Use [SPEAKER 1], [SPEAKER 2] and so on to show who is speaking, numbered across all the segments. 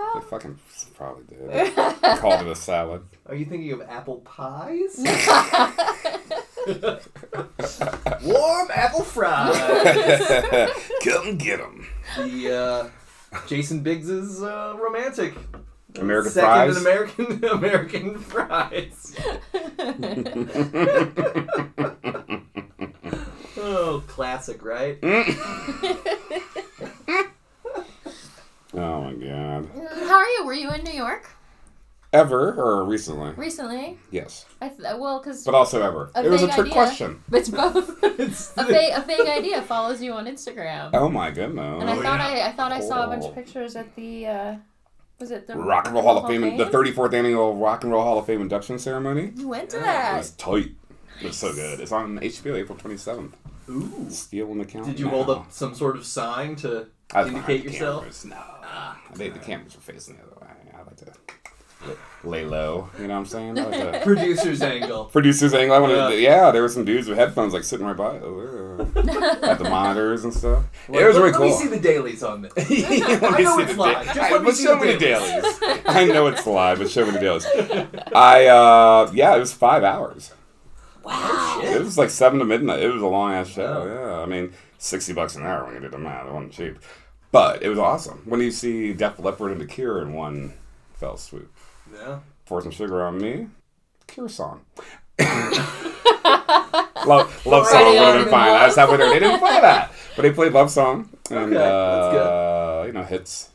[SPEAKER 1] Oh.
[SPEAKER 2] They fucking probably did. They called it a salad.
[SPEAKER 3] Are you thinking of apple pies? Warm apple fries.
[SPEAKER 2] Come get them.
[SPEAKER 3] the uh, Jason Biggs's uh, romantic.
[SPEAKER 2] American
[SPEAKER 3] Second
[SPEAKER 2] fries.
[SPEAKER 3] in American American fries. Oh, classic, right?
[SPEAKER 2] oh my god.
[SPEAKER 1] How are you? Were you in New York
[SPEAKER 2] Ever or recently?
[SPEAKER 1] recently?
[SPEAKER 2] Yes.
[SPEAKER 1] I th- well, because
[SPEAKER 2] But also ever.
[SPEAKER 1] A
[SPEAKER 2] it was a
[SPEAKER 1] vague
[SPEAKER 2] trick
[SPEAKER 1] idea.
[SPEAKER 2] question.
[SPEAKER 1] it's both.
[SPEAKER 3] It's
[SPEAKER 1] a, fa- a vague idea follows you on Instagram,
[SPEAKER 2] Oh my goodness.
[SPEAKER 1] and I thought
[SPEAKER 3] yeah.
[SPEAKER 1] I, I thought I saw a bunch
[SPEAKER 2] Oh.
[SPEAKER 1] of pictures at the uh, was it the
[SPEAKER 2] Rock and Roll Hall of Fame, the 34th annual Rock and Roll Hall of Fame induction ceremony.
[SPEAKER 1] You went to
[SPEAKER 3] Yeah.
[SPEAKER 2] It
[SPEAKER 1] that.
[SPEAKER 2] was tight. It was so good. It's on HBO April 27th.
[SPEAKER 3] Ooh.
[SPEAKER 2] Steal in the count.
[SPEAKER 3] Did you
[SPEAKER 2] now.
[SPEAKER 3] hold up some sort of sign to
[SPEAKER 2] I was
[SPEAKER 3] indicate
[SPEAKER 2] behind the
[SPEAKER 3] yourself? Ah,
[SPEAKER 2] cameras. No. They, the cameras were facing the other way. I like to lay low. You know what I'm saying? I like to
[SPEAKER 3] Producer's angle.
[SPEAKER 2] producers angle. I wanted,
[SPEAKER 3] Yeah.
[SPEAKER 2] yeah. there were some dudes with headphones like sitting right by it. Ugh. at the monitors and stuff. it was
[SPEAKER 3] let,
[SPEAKER 2] really
[SPEAKER 3] let
[SPEAKER 2] cool.
[SPEAKER 3] me see the dailies on this.
[SPEAKER 2] I
[SPEAKER 3] know it's live. Just let me
[SPEAKER 2] but
[SPEAKER 3] see
[SPEAKER 2] so
[SPEAKER 3] the
[SPEAKER 2] many dailies. I know it's live, but so many dailies. I uh, yeah, it was five hours.
[SPEAKER 1] Wow.
[SPEAKER 2] It was like seven to midnight. It was a long ass show.
[SPEAKER 3] Wow.
[SPEAKER 2] Yeah, I mean, sixty bucks an hour when you did the math. It wasn't cheap, but it was awesome. When you see Def Leppard and The Cure in one fell swoop,
[SPEAKER 3] yeah.
[SPEAKER 2] pour some sugar on me, Cure song. love love song would
[SPEAKER 1] Already on
[SPEAKER 2] have
[SPEAKER 1] the
[SPEAKER 2] been fine.
[SPEAKER 1] wall.
[SPEAKER 2] I was happy there. They didn't play that, but they played love song and
[SPEAKER 3] Okay, that's good.
[SPEAKER 2] uh, you know hits.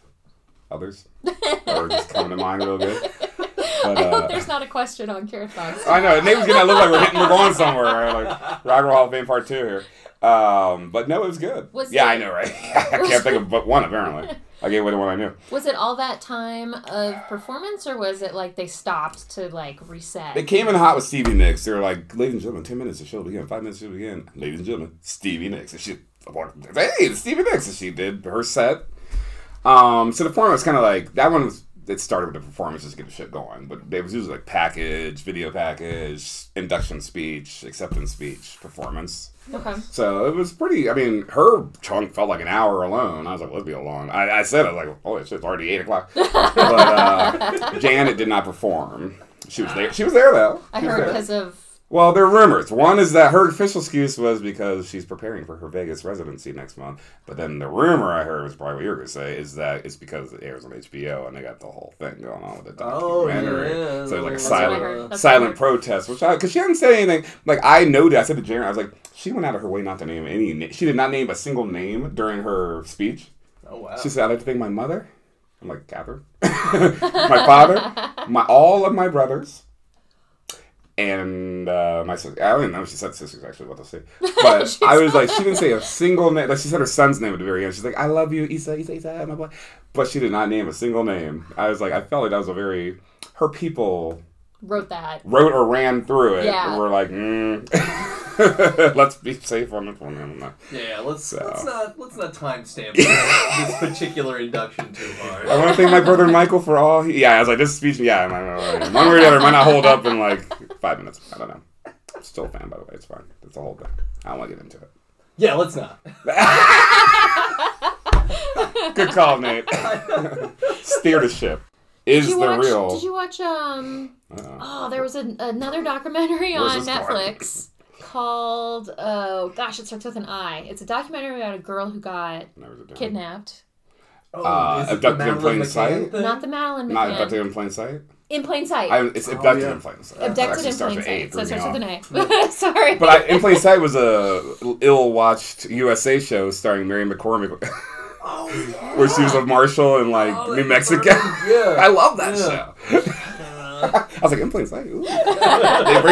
[SPEAKER 2] Others that were just coming to mind real good. But,
[SPEAKER 1] I
[SPEAKER 2] uh,
[SPEAKER 1] hope there's not a question on Carrot Fox.
[SPEAKER 2] I know. Nate was gonna look like we're hitting, we're going somewhere. Right? Like Rock and Roll Hall of Fame Part Two here. Um, but no, it was good.
[SPEAKER 1] Was
[SPEAKER 2] yeah,
[SPEAKER 1] it-
[SPEAKER 2] I know, right? I can't think of but one apparently. I gave away the one I knew.
[SPEAKER 1] Was it all that time of performance, or was it like they stopped to like reset?
[SPEAKER 2] They came in hot with Stevie Nicks. They were like, "Ladies and gentlemen, ten minutes the show begin. Five minutes the show begin. Ladies and gentlemen, Stevie Nicks." And she, hey, it's Stevie Nicks, and she did her set. Um, so the format was kind of like that one was. It started with the performances to get the shit going, but they was usually like package, video package, induction speech, acceptance speech, performance.
[SPEAKER 1] Okay.
[SPEAKER 2] So it was pretty. I mean, her chunk felt like an hour alone. I was like, "Let's be a long." I, I said, "I was like, oh, it's just already eight o'clock." but uh, Janet did not perform. She was there. She was there though.
[SPEAKER 1] I
[SPEAKER 2] She was
[SPEAKER 1] heard
[SPEAKER 2] there.
[SPEAKER 1] because of
[SPEAKER 2] Well, there are rumors. One is that her official excuse was because she's preparing for her Vegas residency next month. But then the rumor I heard was probably what you were going to say is that it's because it airs on HBO and they got the whole thing going on with the
[SPEAKER 3] Oh,
[SPEAKER 2] documentary.
[SPEAKER 3] yeah.
[SPEAKER 2] So like a
[SPEAKER 3] That's
[SPEAKER 1] what I
[SPEAKER 2] silent
[SPEAKER 1] heard. That's what I
[SPEAKER 2] silent
[SPEAKER 1] heard.
[SPEAKER 2] protest, which I because she didn't say anything. Like I know that I said to Jaren, I was like, she went out of her way not to name any. na- She did not name a single name during her speech.
[SPEAKER 3] Oh wow.
[SPEAKER 2] She said, I'd like to thank my mother. I'm like, Catherine. my father, my all of my brothers, and uh, my sister. I don't even know if she said sisters, actually, what to say. But I was like, she didn't say a single name. Like, she said her son's name at the very end. She's like, I love you, Isa, Isa, Isa, my boy. But she did not name a single name. I was like, I felt like that was a very. Her people
[SPEAKER 1] wrote that.
[SPEAKER 2] wrote or ran through it
[SPEAKER 1] Yeah.
[SPEAKER 2] and were like, mm. let's be safe on this one. I don't know.
[SPEAKER 3] yeah. Let's let's not let's not timestamp this particular induction too
[SPEAKER 2] I
[SPEAKER 3] hard.
[SPEAKER 2] want to thank my brother Michael for all. He, yeah, I was like, this speech. Yeah, I'm- I'm- I'm- one way or the other, it might not hold up in like five minutes. I don't know. I'm still a fan, by the way. It's fine. It's a whole thing. I don't want to get into it.
[SPEAKER 3] Yeah. Let's not.
[SPEAKER 2] Good call, Nate. Steer the ship. Is
[SPEAKER 1] Did you
[SPEAKER 2] the
[SPEAKER 1] watch?
[SPEAKER 2] real?
[SPEAKER 1] Did you watch? Um.
[SPEAKER 2] Uh,
[SPEAKER 1] Oh, there was an, another documentary
[SPEAKER 2] Where's
[SPEAKER 1] on
[SPEAKER 2] this going?
[SPEAKER 1] Netflix called Oh gosh, it starts with an I. It's a documentary about a girl who got
[SPEAKER 2] never did that.
[SPEAKER 1] kidnapped.
[SPEAKER 3] Oh,
[SPEAKER 2] Uh,
[SPEAKER 3] is it the
[SPEAKER 2] abducted in
[SPEAKER 3] Madeline
[SPEAKER 2] plain
[SPEAKER 3] McCann
[SPEAKER 2] sight?
[SPEAKER 3] thing?
[SPEAKER 1] Not the Madeline
[SPEAKER 2] Not
[SPEAKER 1] McCann.
[SPEAKER 2] abducted in plain sight.
[SPEAKER 1] in plain sight.
[SPEAKER 2] I, it's abducted
[SPEAKER 3] yeah.
[SPEAKER 2] in plain sight. It
[SPEAKER 1] Oh, Abducted
[SPEAKER 2] actually
[SPEAKER 1] in
[SPEAKER 2] starts
[SPEAKER 1] plain
[SPEAKER 2] with A,
[SPEAKER 1] sight. So
[SPEAKER 2] threw
[SPEAKER 1] it
[SPEAKER 2] me off.
[SPEAKER 1] starts with an A. Sorry.
[SPEAKER 2] But I, in plain sight was a ill-watched USA show starring Mary McCormick,
[SPEAKER 3] Oh, yeah.
[SPEAKER 2] where she was a marshal in like
[SPEAKER 3] Oh,
[SPEAKER 2] New
[SPEAKER 3] that
[SPEAKER 2] Mexico.
[SPEAKER 3] burn. Yeah.
[SPEAKER 2] I love that
[SPEAKER 3] Yeah.
[SPEAKER 2] show. I was like, in plain sight. Ooh. they bring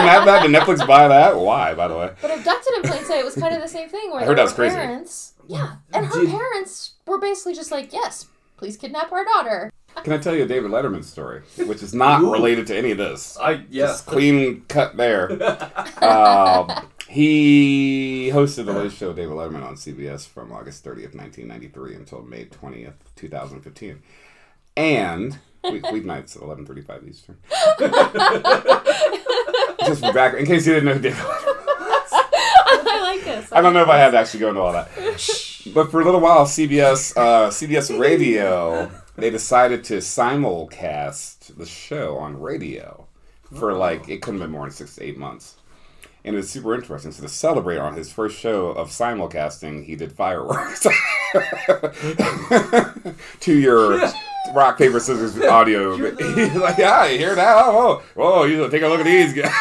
[SPEAKER 2] that back. Did Netflix buy that? Why, by the way?
[SPEAKER 1] But abducted in plain sight was kind of the same thing. Where
[SPEAKER 2] I heard
[SPEAKER 1] her
[SPEAKER 2] that was crazy.
[SPEAKER 1] Parents, yeah, and her
[SPEAKER 3] Did-
[SPEAKER 1] parents were basically just like, "Yes, please kidnap our daughter."
[SPEAKER 2] Can I tell you a David Letterman story, which is not
[SPEAKER 3] Ooh.
[SPEAKER 2] related to any of this?
[SPEAKER 3] I yeah.
[SPEAKER 2] Just clean cut there. Um he hosted the late show David Letterman on CBS from August 30th, 1993 until May 20th, 2015. And week, weeknights at 11.35 Eastern. Just back, in case you didn't know who David Letterman
[SPEAKER 1] I like this.
[SPEAKER 2] I don't know if I had to actually go into all that. But for a little while, CBS, uh, CBS Radio they decided to simulcast the show on radio
[SPEAKER 3] Oh.
[SPEAKER 2] for like it couldn't have been more than six to eight months. And it was super interesting. So to celebrate on his first show of simulcasting, he did fireworks to your rock paper scissors audio.
[SPEAKER 3] You're the-
[SPEAKER 2] He's like, yeah, you hear that? Oh, whoa, whoa, you take a look at these guys.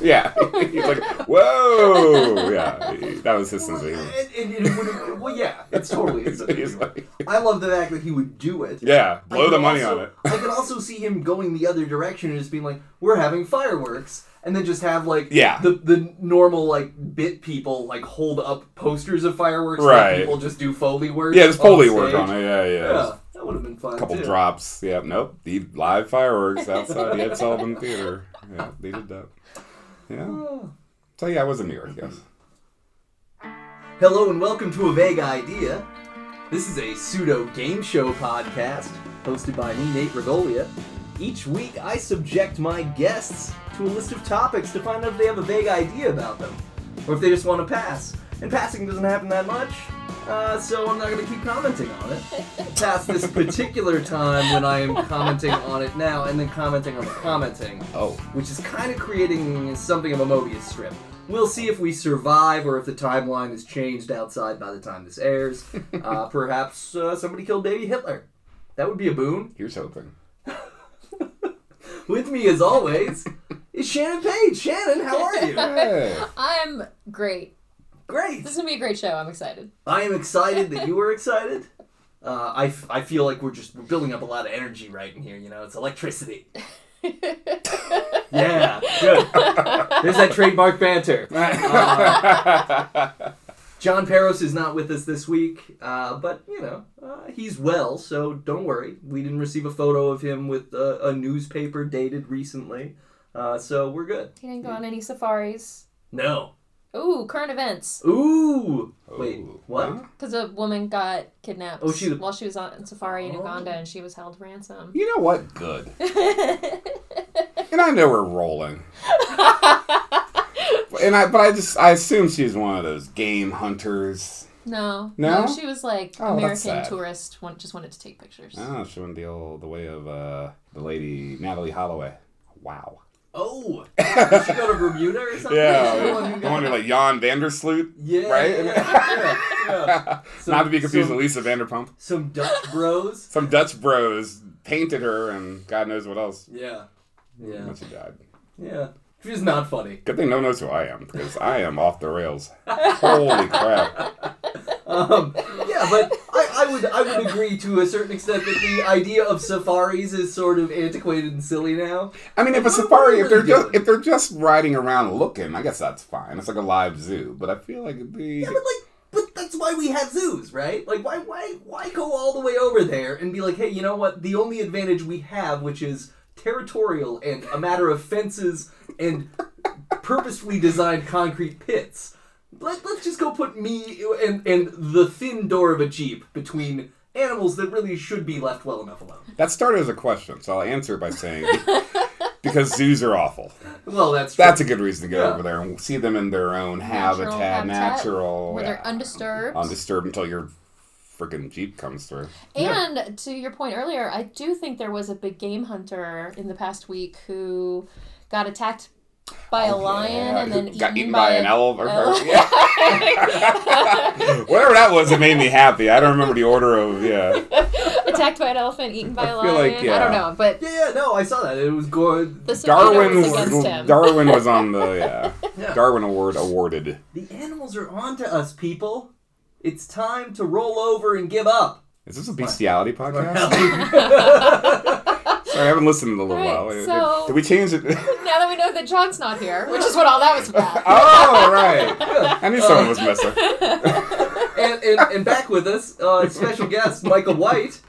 [SPEAKER 2] yeah, he's like, whoa, yeah. That was his sense of humor.
[SPEAKER 3] And, and it would've- well, yeah, it's totally. It's,
[SPEAKER 2] He's like,
[SPEAKER 3] I love the fact that he would do it.
[SPEAKER 2] yeah,
[SPEAKER 3] I
[SPEAKER 2] blow
[SPEAKER 3] could
[SPEAKER 2] the money
[SPEAKER 3] also-
[SPEAKER 2] on it.
[SPEAKER 3] I could also see him going the other direction and just being like, "We're having fireworks," and then just have like
[SPEAKER 2] Yeah.
[SPEAKER 3] the the normal like bit people like hold up posters of fireworks.
[SPEAKER 2] Right.
[SPEAKER 3] And people just do foley work.
[SPEAKER 2] Yeah, there's
[SPEAKER 3] on
[SPEAKER 2] Foley work
[SPEAKER 3] stage.
[SPEAKER 2] on it. Yeah, yeah.
[SPEAKER 3] Yeah, that would have been fun.
[SPEAKER 2] couple
[SPEAKER 3] too.
[SPEAKER 2] drops. Yeah, nope. The live fireworks outside the Ed Sullivan Theater. Yeah, they did that. Yeah.
[SPEAKER 3] Oh.
[SPEAKER 2] So yeah, I was in New York. Yes.
[SPEAKER 3] Hello and welcome to A Vague Idea. This is a pseudo game show podcast hosted by me, Nate Regolia. Each week, I subject my guests to a list of topics to find out if they have a vague idea about them, or if they just want to pass. And passing doesn't happen that much, uh, so I'm not going to keep commenting on it. Past this particular time when I am commenting on it now, and then commenting on the commenting
[SPEAKER 2] Oh.
[SPEAKER 3] which is kind of creating something of a Mobius strip. We'll see if we survive or if the timeline is changed outside by the time this airs. Uh, perhaps uh, somebody killed baby Hitler. That would be a boon.
[SPEAKER 2] Here's hoping.
[SPEAKER 3] With me, as always, is Shannon Page. Shannon, how are you?
[SPEAKER 2] Hey.
[SPEAKER 1] I'm great.
[SPEAKER 3] Great.
[SPEAKER 1] This is gonna be a great show. I'm excited.
[SPEAKER 3] I am excited that you were excited. Uh, I, f- I feel like we're just we're building up a lot of energy right in here. You know, it's electricity. Yeah, good. There's that trademark banter. John Peros is not with us this week, uh, but you know uh, he's well, so don't worry. We didn't receive a photo of him with uh, a newspaper dated recently, uh, so we're good.
[SPEAKER 1] He didn't go on any safaris.
[SPEAKER 3] No.
[SPEAKER 1] Ooh, current events.
[SPEAKER 3] Ooh. Wait.
[SPEAKER 2] Oh.
[SPEAKER 3] What?
[SPEAKER 1] Because a woman got kidnapped
[SPEAKER 3] Oh, she-
[SPEAKER 1] while she was on safari in
[SPEAKER 3] Oh.
[SPEAKER 1] Uganda and she was held ransom.
[SPEAKER 2] You know what? Good. and I know we're rolling. and I, but I just, I assume she's one of those game hunters.
[SPEAKER 1] No,
[SPEAKER 2] No?
[SPEAKER 1] she was like
[SPEAKER 2] Oh, that's sad.
[SPEAKER 1] American tourist. Want, just wanted to take pictures.
[SPEAKER 2] Oh, she went the old, the way of uh, the lady Natalie Holloway. Wow.
[SPEAKER 3] Oh. Did she go to Bermuda or something?
[SPEAKER 2] Yeah. I wonder, like Jan Vandersloot.
[SPEAKER 3] Yeah.
[SPEAKER 2] Right?
[SPEAKER 3] yeah, yeah.
[SPEAKER 2] Not to be confused
[SPEAKER 3] some,
[SPEAKER 2] with Lisa Vanderpump.
[SPEAKER 3] Some Dutch bros.
[SPEAKER 2] some Dutch bros painted her and God knows what else.
[SPEAKER 3] Yeah. Yeah.
[SPEAKER 2] And she died.
[SPEAKER 3] Yeah. She's not funny.
[SPEAKER 2] Good thing no one knows who I am because I am off the rails. Holy crap.
[SPEAKER 3] Um, yeah, but I, I would I would agree to a certain extent that the idea of safaris is sort of antiquated and silly now.
[SPEAKER 2] I mean, if a
[SPEAKER 3] What- what
[SPEAKER 2] safari,
[SPEAKER 3] are
[SPEAKER 2] if they're
[SPEAKER 3] they
[SPEAKER 2] just
[SPEAKER 3] doing?
[SPEAKER 2] if they're just riding around looking, I guess that's fine. It's like a live zoo, but I feel like it'd be
[SPEAKER 3] Yeah, but like, but that's why we have zoos, right? Like, why why why go all the way over there and be like, hey, you know what? The only advantage we have, which is territorial and a matter of fences and purposefully designed concrete pits. Let, let's just go put me and and the thin door of a jeep between animals that really should be left well enough alone.
[SPEAKER 2] that started as a question, so I'll answer it by saying because zoos are awful.
[SPEAKER 3] Well, that's true.
[SPEAKER 2] That's a good reason to go
[SPEAKER 3] Yeah.
[SPEAKER 2] over there and see them in their own
[SPEAKER 1] Natural
[SPEAKER 2] habitat,
[SPEAKER 1] habitat,
[SPEAKER 2] natural,
[SPEAKER 1] Where
[SPEAKER 2] yeah,
[SPEAKER 1] they're undisturbed.
[SPEAKER 2] undisturbed until your freaking jeep comes through.
[SPEAKER 1] And to your point earlier, I do think there was a big game hunter in the past week who got attacked by a lion
[SPEAKER 2] Oh, Yeah,
[SPEAKER 1] and then
[SPEAKER 2] got eaten by, an
[SPEAKER 1] a- Oh.
[SPEAKER 2] elf or,
[SPEAKER 1] elf.
[SPEAKER 2] or- yeah. whatever that was. It made me happy. I don't remember the order of yeah.
[SPEAKER 1] attacked by an elephant, eaten by a
[SPEAKER 2] feel
[SPEAKER 1] lion.
[SPEAKER 2] like,
[SPEAKER 1] I don't
[SPEAKER 2] yeah.
[SPEAKER 1] know, but
[SPEAKER 3] Yeah, yeah, no, I saw that. It was good.
[SPEAKER 1] the cicada
[SPEAKER 2] Darwin
[SPEAKER 1] was against
[SPEAKER 2] was
[SPEAKER 1] him.
[SPEAKER 2] Darwin was on the yeah.
[SPEAKER 3] Yeah.
[SPEAKER 2] Darwin Award awarded.
[SPEAKER 3] The animals are onto us, people. It's time to roll over and give up.
[SPEAKER 2] Is this a bestiality podcast?
[SPEAKER 3] yeah,
[SPEAKER 2] Sorry, I haven't listened in a little
[SPEAKER 1] All
[SPEAKER 2] while.
[SPEAKER 1] right, so-
[SPEAKER 2] Did we change it?
[SPEAKER 1] now that we know that John's not here, which is what all that was about. Uh,
[SPEAKER 2] oh right. I knew someone was messing.
[SPEAKER 3] and, and, and back with us, uh, special guest Michael White.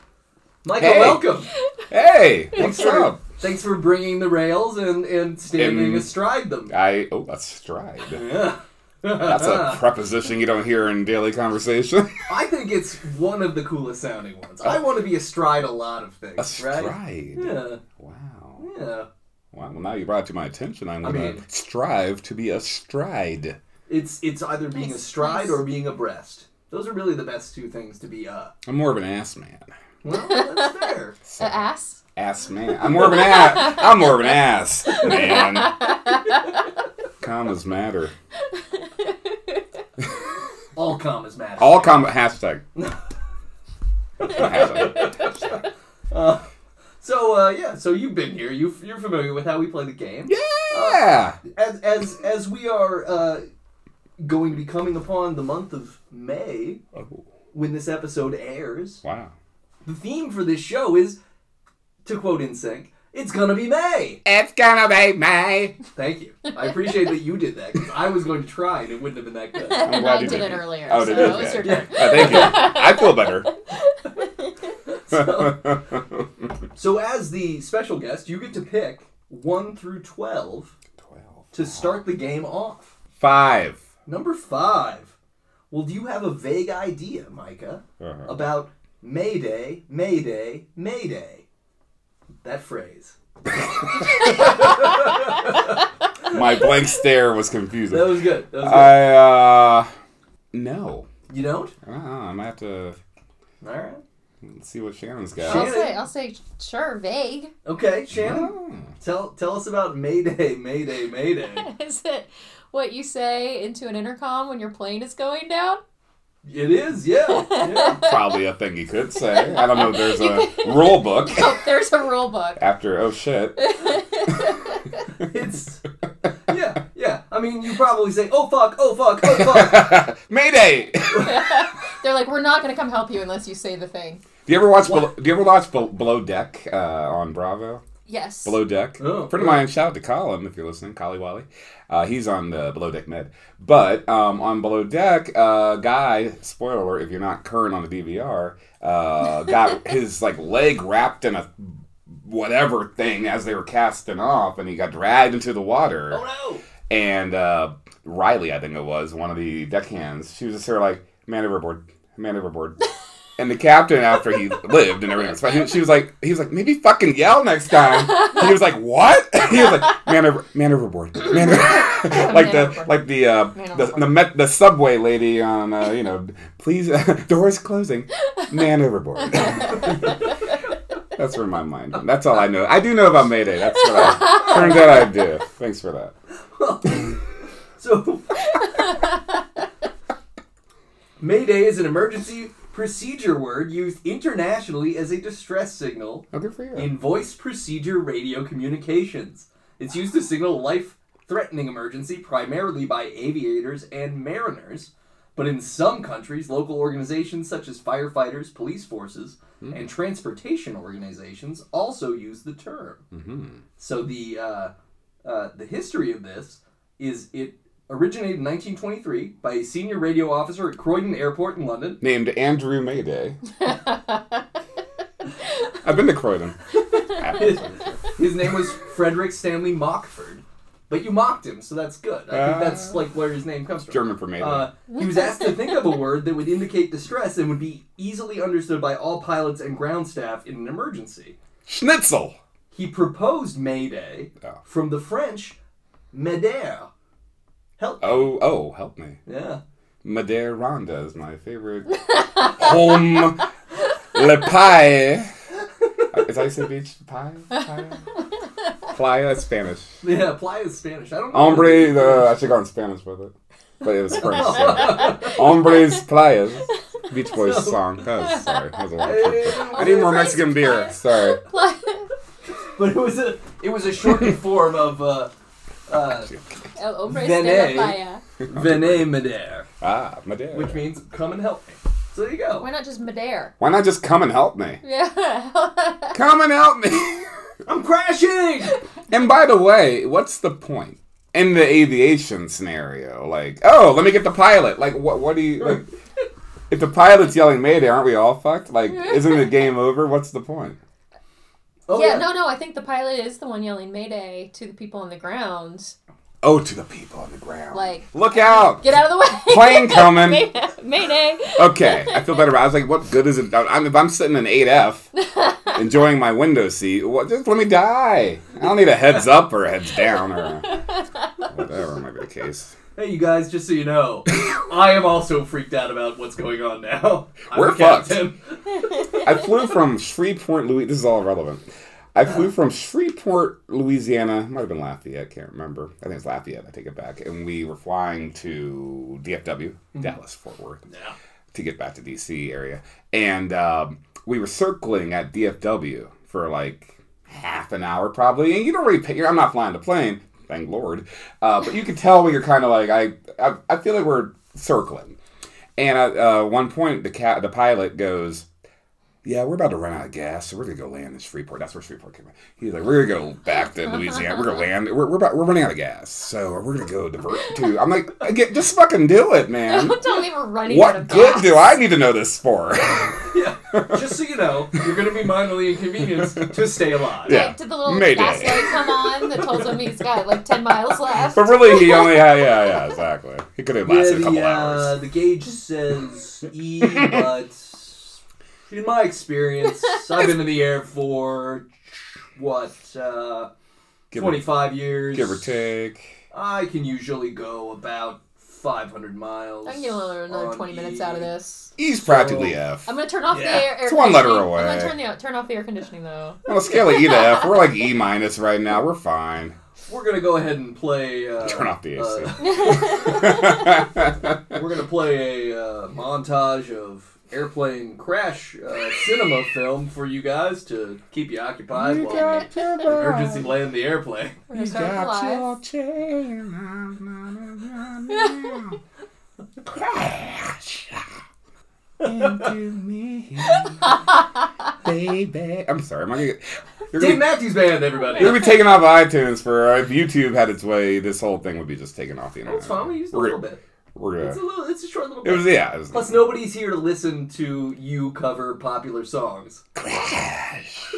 [SPEAKER 3] Michael,
[SPEAKER 2] Hey.
[SPEAKER 3] welcome.
[SPEAKER 2] Hey, what's
[SPEAKER 3] for,
[SPEAKER 2] up?
[SPEAKER 3] Thanks for bringing the rails and, and standing
[SPEAKER 2] And-
[SPEAKER 3] astride them.
[SPEAKER 2] I oh that's stride.
[SPEAKER 3] Yeah.
[SPEAKER 2] That's
[SPEAKER 3] Ah.
[SPEAKER 2] a preposition you don't hear in daily conversation.
[SPEAKER 3] I think it's one of the coolest sounding ones.
[SPEAKER 2] Oh.
[SPEAKER 3] I want to be astride a lot of things,
[SPEAKER 2] A
[SPEAKER 3] right?
[SPEAKER 2] stride.
[SPEAKER 3] Yeah,
[SPEAKER 2] Wow.
[SPEAKER 3] yeah.
[SPEAKER 2] Wow, well, now you brought it to my attention. I'm
[SPEAKER 3] I
[SPEAKER 2] going to
[SPEAKER 3] mean-
[SPEAKER 2] strive to be astride.
[SPEAKER 3] It's it's either being
[SPEAKER 1] Nice,
[SPEAKER 3] astride
[SPEAKER 1] nice.
[SPEAKER 3] or being abreast. Those are really the best two things to be uh
[SPEAKER 2] I'm more of an ass man.
[SPEAKER 3] Well, that's fair.
[SPEAKER 2] So,
[SPEAKER 1] A ass.
[SPEAKER 2] ass man. I'm more of an ass. I'm more of an ass man. Commas matter.
[SPEAKER 3] All commas matter.
[SPEAKER 2] All comma hashtag. Hashtag.
[SPEAKER 3] Uh, so uh, yeah, so you've been here. You you're familiar with how we play the game.
[SPEAKER 2] Yeah.
[SPEAKER 3] As as as we are uh, going to be coming upon the month of May
[SPEAKER 2] Oh,
[SPEAKER 3] when this episode airs,
[SPEAKER 2] wow.
[SPEAKER 3] the theme for this show is, to quote InSync, "It's gonna be May."
[SPEAKER 2] It's gonna be May.
[SPEAKER 3] Thank you. I appreciate that you did that because I was going to try and it wouldn't have been that good.
[SPEAKER 2] I'm
[SPEAKER 1] And
[SPEAKER 2] glad
[SPEAKER 1] I
[SPEAKER 2] you
[SPEAKER 1] did
[SPEAKER 2] did
[SPEAKER 1] it
[SPEAKER 2] it.
[SPEAKER 1] earlier,
[SPEAKER 2] Oh,
[SPEAKER 1] so
[SPEAKER 2] did
[SPEAKER 1] it
[SPEAKER 2] you?
[SPEAKER 1] was your
[SPEAKER 2] Okay.
[SPEAKER 1] turn.
[SPEAKER 2] Oh, thank you. I feel better.
[SPEAKER 3] So, so as the special guest, you get to pick one through twelve
[SPEAKER 2] Twelve.
[SPEAKER 3] to start the game off.
[SPEAKER 2] Five.
[SPEAKER 3] Number five. Well, do you have a vague idea, Micah,
[SPEAKER 2] Uh-huh.
[SPEAKER 3] about Mayday, Mayday, Mayday? That phrase.
[SPEAKER 2] My blank stare was confusing.
[SPEAKER 3] That was good. That was good.
[SPEAKER 2] I uh no.
[SPEAKER 3] you don't?
[SPEAKER 2] I don't know. I might have to
[SPEAKER 3] All right.
[SPEAKER 2] see what Shannon's
[SPEAKER 1] I'll
[SPEAKER 2] got.
[SPEAKER 3] Shannon-
[SPEAKER 1] say, I'll say, sure, vague.
[SPEAKER 3] Okay, Shannon.
[SPEAKER 2] Oh.
[SPEAKER 3] Tell tell us about Mayday, Mayday, Mayday.
[SPEAKER 1] Is it what you say into an intercom when your plane is going down?
[SPEAKER 3] it is, yeah. yeah.
[SPEAKER 2] Probably a thing you could say. I don't know if there's a rule book
[SPEAKER 1] Oh, there's a rule book.
[SPEAKER 2] after oh shit.
[SPEAKER 3] It's yeah, yeah. I mean, you probably say, "Oh fuck, oh fuck, oh fuck."
[SPEAKER 2] Mayday. do
[SPEAKER 1] They're like, we're not gonna come help you unless you say the thing.
[SPEAKER 2] you ever watch Bel- do you ever watch Bel- Below Deck uh, on Bravo?
[SPEAKER 1] Yes.
[SPEAKER 2] Below Deck.
[SPEAKER 3] Oh,
[SPEAKER 2] Friend of
[SPEAKER 3] yeah.
[SPEAKER 2] mine, shout out to Colin if you're listening, Collie Wally. Uh, he's on the Below Deck Med. But um, on Below Deck, uh, guy, spoiler alert, if you're not current on the DVR, uh, got his like leg wrapped in a whatever thing as they were casting off, and he got dragged into the water.
[SPEAKER 3] oh
[SPEAKER 2] And uh, Riley, I think it was, one of the deckhands, she was just sort of like, man overboard, man overboard. And the captain, after he lived and everything, else, but he- she was like, he was like, maybe fucking yell next time. And he was like, what? he was like, man, over, man overboard, man, over-" like
[SPEAKER 1] Man
[SPEAKER 2] the
[SPEAKER 1] overboard.
[SPEAKER 2] like the uh,
[SPEAKER 1] Man
[SPEAKER 2] the
[SPEAKER 1] overboard.
[SPEAKER 2] the, met, the subway lady on uh, you know, please doors closing, man overboard. That's where my mind. went. That's all I know. I do know about Mayday. That's what I turns out I do. Thanks for that.
[SPEAKER 3] no! so, Mayday is an emergency procedure word used internationally as a distress signal
[SPEAKER 2] Oh, good for you.
[SPEAKER 3] in voice procedure radio communications. It's used to signal life-threatening emergency primarily by aviators and mariners. But in some countries, local organizations such as firefighters, police forces, and transportation organizations also use the term.
[SPEAKER 2] Mm-hmm.
[SPEAKER 3] So the uh, uh, the history of this is it originated in 1923 by a senior radio officer at Croydon Airport in London.
[SPEAKER 2] Named Andrew Mayday. I've been to Croydon.
[SPEAKER 3] His, his name was Frederick Stanley Mockford, but you mocked him, so that's good. I think that's like where his name comes from.
[SPEAKER 2] German for Mayday.
[SPEAKER 3] Uh, he was asked to think of a word that would indicate distress and would be easily understood by all pilots and ground staff in an emergency.
[SPEAKER 2] Schnitzel.
[SPEAKER 3] He proposed Mayday
[SPEAKER 2] Oh.
[SPEAKER 3] from the French Médère. Help.
[SPEAKER 2] Oh, oh, help me.
[SPEAKER 3] Yeah.
[SPEAKER 2] Madeira Ronda is my favorite home le pie. Is that say beach pie? Playa? Playa is Spanish.
[SPEAKER 3] Yeah, apply is Spanish. I don't know.
[SPEAKER 2] Hombre, the, I should go in Spanish with it. But it was French. So. Hombres playas. Beach Boys song. Oh, sorry. That was a long trip. I need more Mexican beer. Sorry.
[SPEAKER 3] But it was a it was a shortened form of uh, uh,
[SPEAKER 1] El hombre
[SPEAKER 3] Then
[SPEAKER 1] de
[SPEAKER 3] A.
[SPEAKER 1] la playa.
[SPEAKER 3] Vene Madere,
[SPEAKER 2] Ah, Madeira.
[SPEAKER 3] which means come and help me. So there you go.
[SPEAKER 1] Why not just Madeir?
[SPEAKER 2] Why not just come and help me?
[SPEAKER 3] Oh,
[SPEAKER 1] Yeah.
[SPEAKER 2] Come and help me!
[SPEAKER 3] I'm crashing.
[SPEAKER 2] and by the way, what's the point? In the aviation scenario, like, oh, let me get the pilot. Like, what? What do you like? If the pilot's yelling "Mayday," aren't we all fucked? Like, isn't the game over? What's the point?
[SPEAKER 3] Oh
[SPEAKER 1] yeah, no, no, I think the pilot is the one yelling Mayday to the people on the ground.
[SPEAKER 2] Oh, to the people on the ground!
[SPEAKER 1] Like-
[SPEAKER 2] look out!
[SPEAKER 1] Get out of the way!
[SPEAKER 2] Plane coming.
[SPEAKER 1] Mayday! Mayday.
[SPEAKER 2] Okay, I feel better. about it. I was like, what good is it? I'm, if I'm sitting in 8F, enjoying my window seat, what, just let me die. I don't need a heads up or a heads down or a- whatever might be the case.
[SPEAKER 3] Hey, you guys, just so you know, I am also freaked out about what's going on now. I'm
[SPEAKER 2] We're
[SPEAKER 3] the captain.
[SPEAKER 2] I flew from Shreveport, Louisiana. This is all relevant. I flew from Shreveport, Louisiana. Might have been Lafayette. Can't remember. I think it's Lafayette. I take it back. And we were flying to DFW, Dallas, Fort Worth,
[SPEAKER 3] Yeah.
[SPEAKER 2] to get back to DC area. And um, we were circling at DFW for like half an hour probably. And you don't really pay. I'm not flying the plane, thank Lord. Uh, but you can tell when you're kind of like I, I. I feel like we're circling. And at uh, one point, the cat, the pilot goes, "Yeah, we're about to run out of gas, so we're gonna go land in Shreveport. That's where Shreveport came from. He's like, we're gonna go back to Louisiana. We're gonna land. We're we're, about, we're running out of gas, so we're gonna go divert to. I'm like, again, just fucking do it, man.
[SPEAKER 1] Tell me we're running out
[SPEAKER 2] Mm-hmm. what
[SPEAKER 1] of
[SPEAKER 2] good
[SPEAKER 1] gas.
[SPEAKER 2] do I need to know this for?
[SPEAKER 3] Yeah. Just so you know, you're going to be mildly inconvenienced to stay alive.
[SPEAKER 2] Yeah.
[SPEAKER 1] Like, did the little
[SPEAKER 2] Mayday.
[SPEAKER 1] gas light come on that tells him he's got like ten miles left?
[SPEAKER 2] but really, he only yeah yeah yeah exactly. He could have
[SPEAKER 3] Yeah,
[SPEAKER 2] lasted a couple
[SPEAKER 3] the, uh,
[SPEAKER 2] hours.
[SPEAKER 3] the gauge says E, but in my experience, I've been in the air for what uh,
[SPEAKER 2] Give or,
[SPEAKER 3] 25 years.
[SPEAKER 2] give or take.
[SPEAKER 3] I can usually go about 500 miles.
[SPEAKER 1] I'm gonna learn another
[SPEAKER 3] on
[SPEAKER 1] twenty minutes
[SPEAKER 3] E.
[SPEAKER 1] out of this.
[SPEAKER 2] He's practically F.
[SPEAKER 1] I'm gonna turn off
[SPEAKER 3] Yeah.
[SPEAKER 1] the air. air
[SPEAKER 2] It's one letter
[SPEAKER 1] conditioning.
[SPEAKER 2] away.
[SPEAKER 1] I'm gonna turn the turn off the air conditioning though.
[SPEAKER 2] On a scale of E to F, we're like E minus right now. We're fine.
[SPEAKER 3] We're gonna go ahead and play. Uh,
[SPEAKER 2] Turn off the AC.
[SPEAKER 3] uh, we're gonna play a uh, montage of airplane crash uh, cinema film for you guys to keep you occupied
[SPEAKER 2] You
[SPEAKER 3] while we
[SPEAKER 2] got your
[SPEAKER 3] emergency
[SPEAKER 2] bag.
[SPEAKER 3] land the airplane.
[SPEAKER 1] We're gonna
[SPEAKER 2] You
[SPEAKER 1] start
[SPEAKER 2] got your
[SPEAKER 1] live.
[SPEAKER 2] chain. Crash into me, baby. I'm sorry. Am I gonna get, you're
[SPEAKER 3] Dave
[SPEAKER 2] gonna,
[SPEAKER 3] Matthews Band, everybody.
[SPEAKER 2] you're gonna be taken off iTunes for uh, if YouTube had its way. This whole thing would be just taken off the internet.
[SPEAKER 3] That's fine. We used a
[SPEAKER 2] We're-
[SPEAKER 3] little bit.
[SPEAKER 2] We're
[SPEAKER 3] It's a
[SPEAKER 2] gonna.
[SPEAKER 3] little. It's a short little.
[SPEAKER 2] It
[SPEAKER 3] Bit.
[SPEAKER 2] was yeah. It was,
[SPEAKER 3] Plus, nobody's here to listen to you cover popular songs.
[SPEAKER 2] Crash.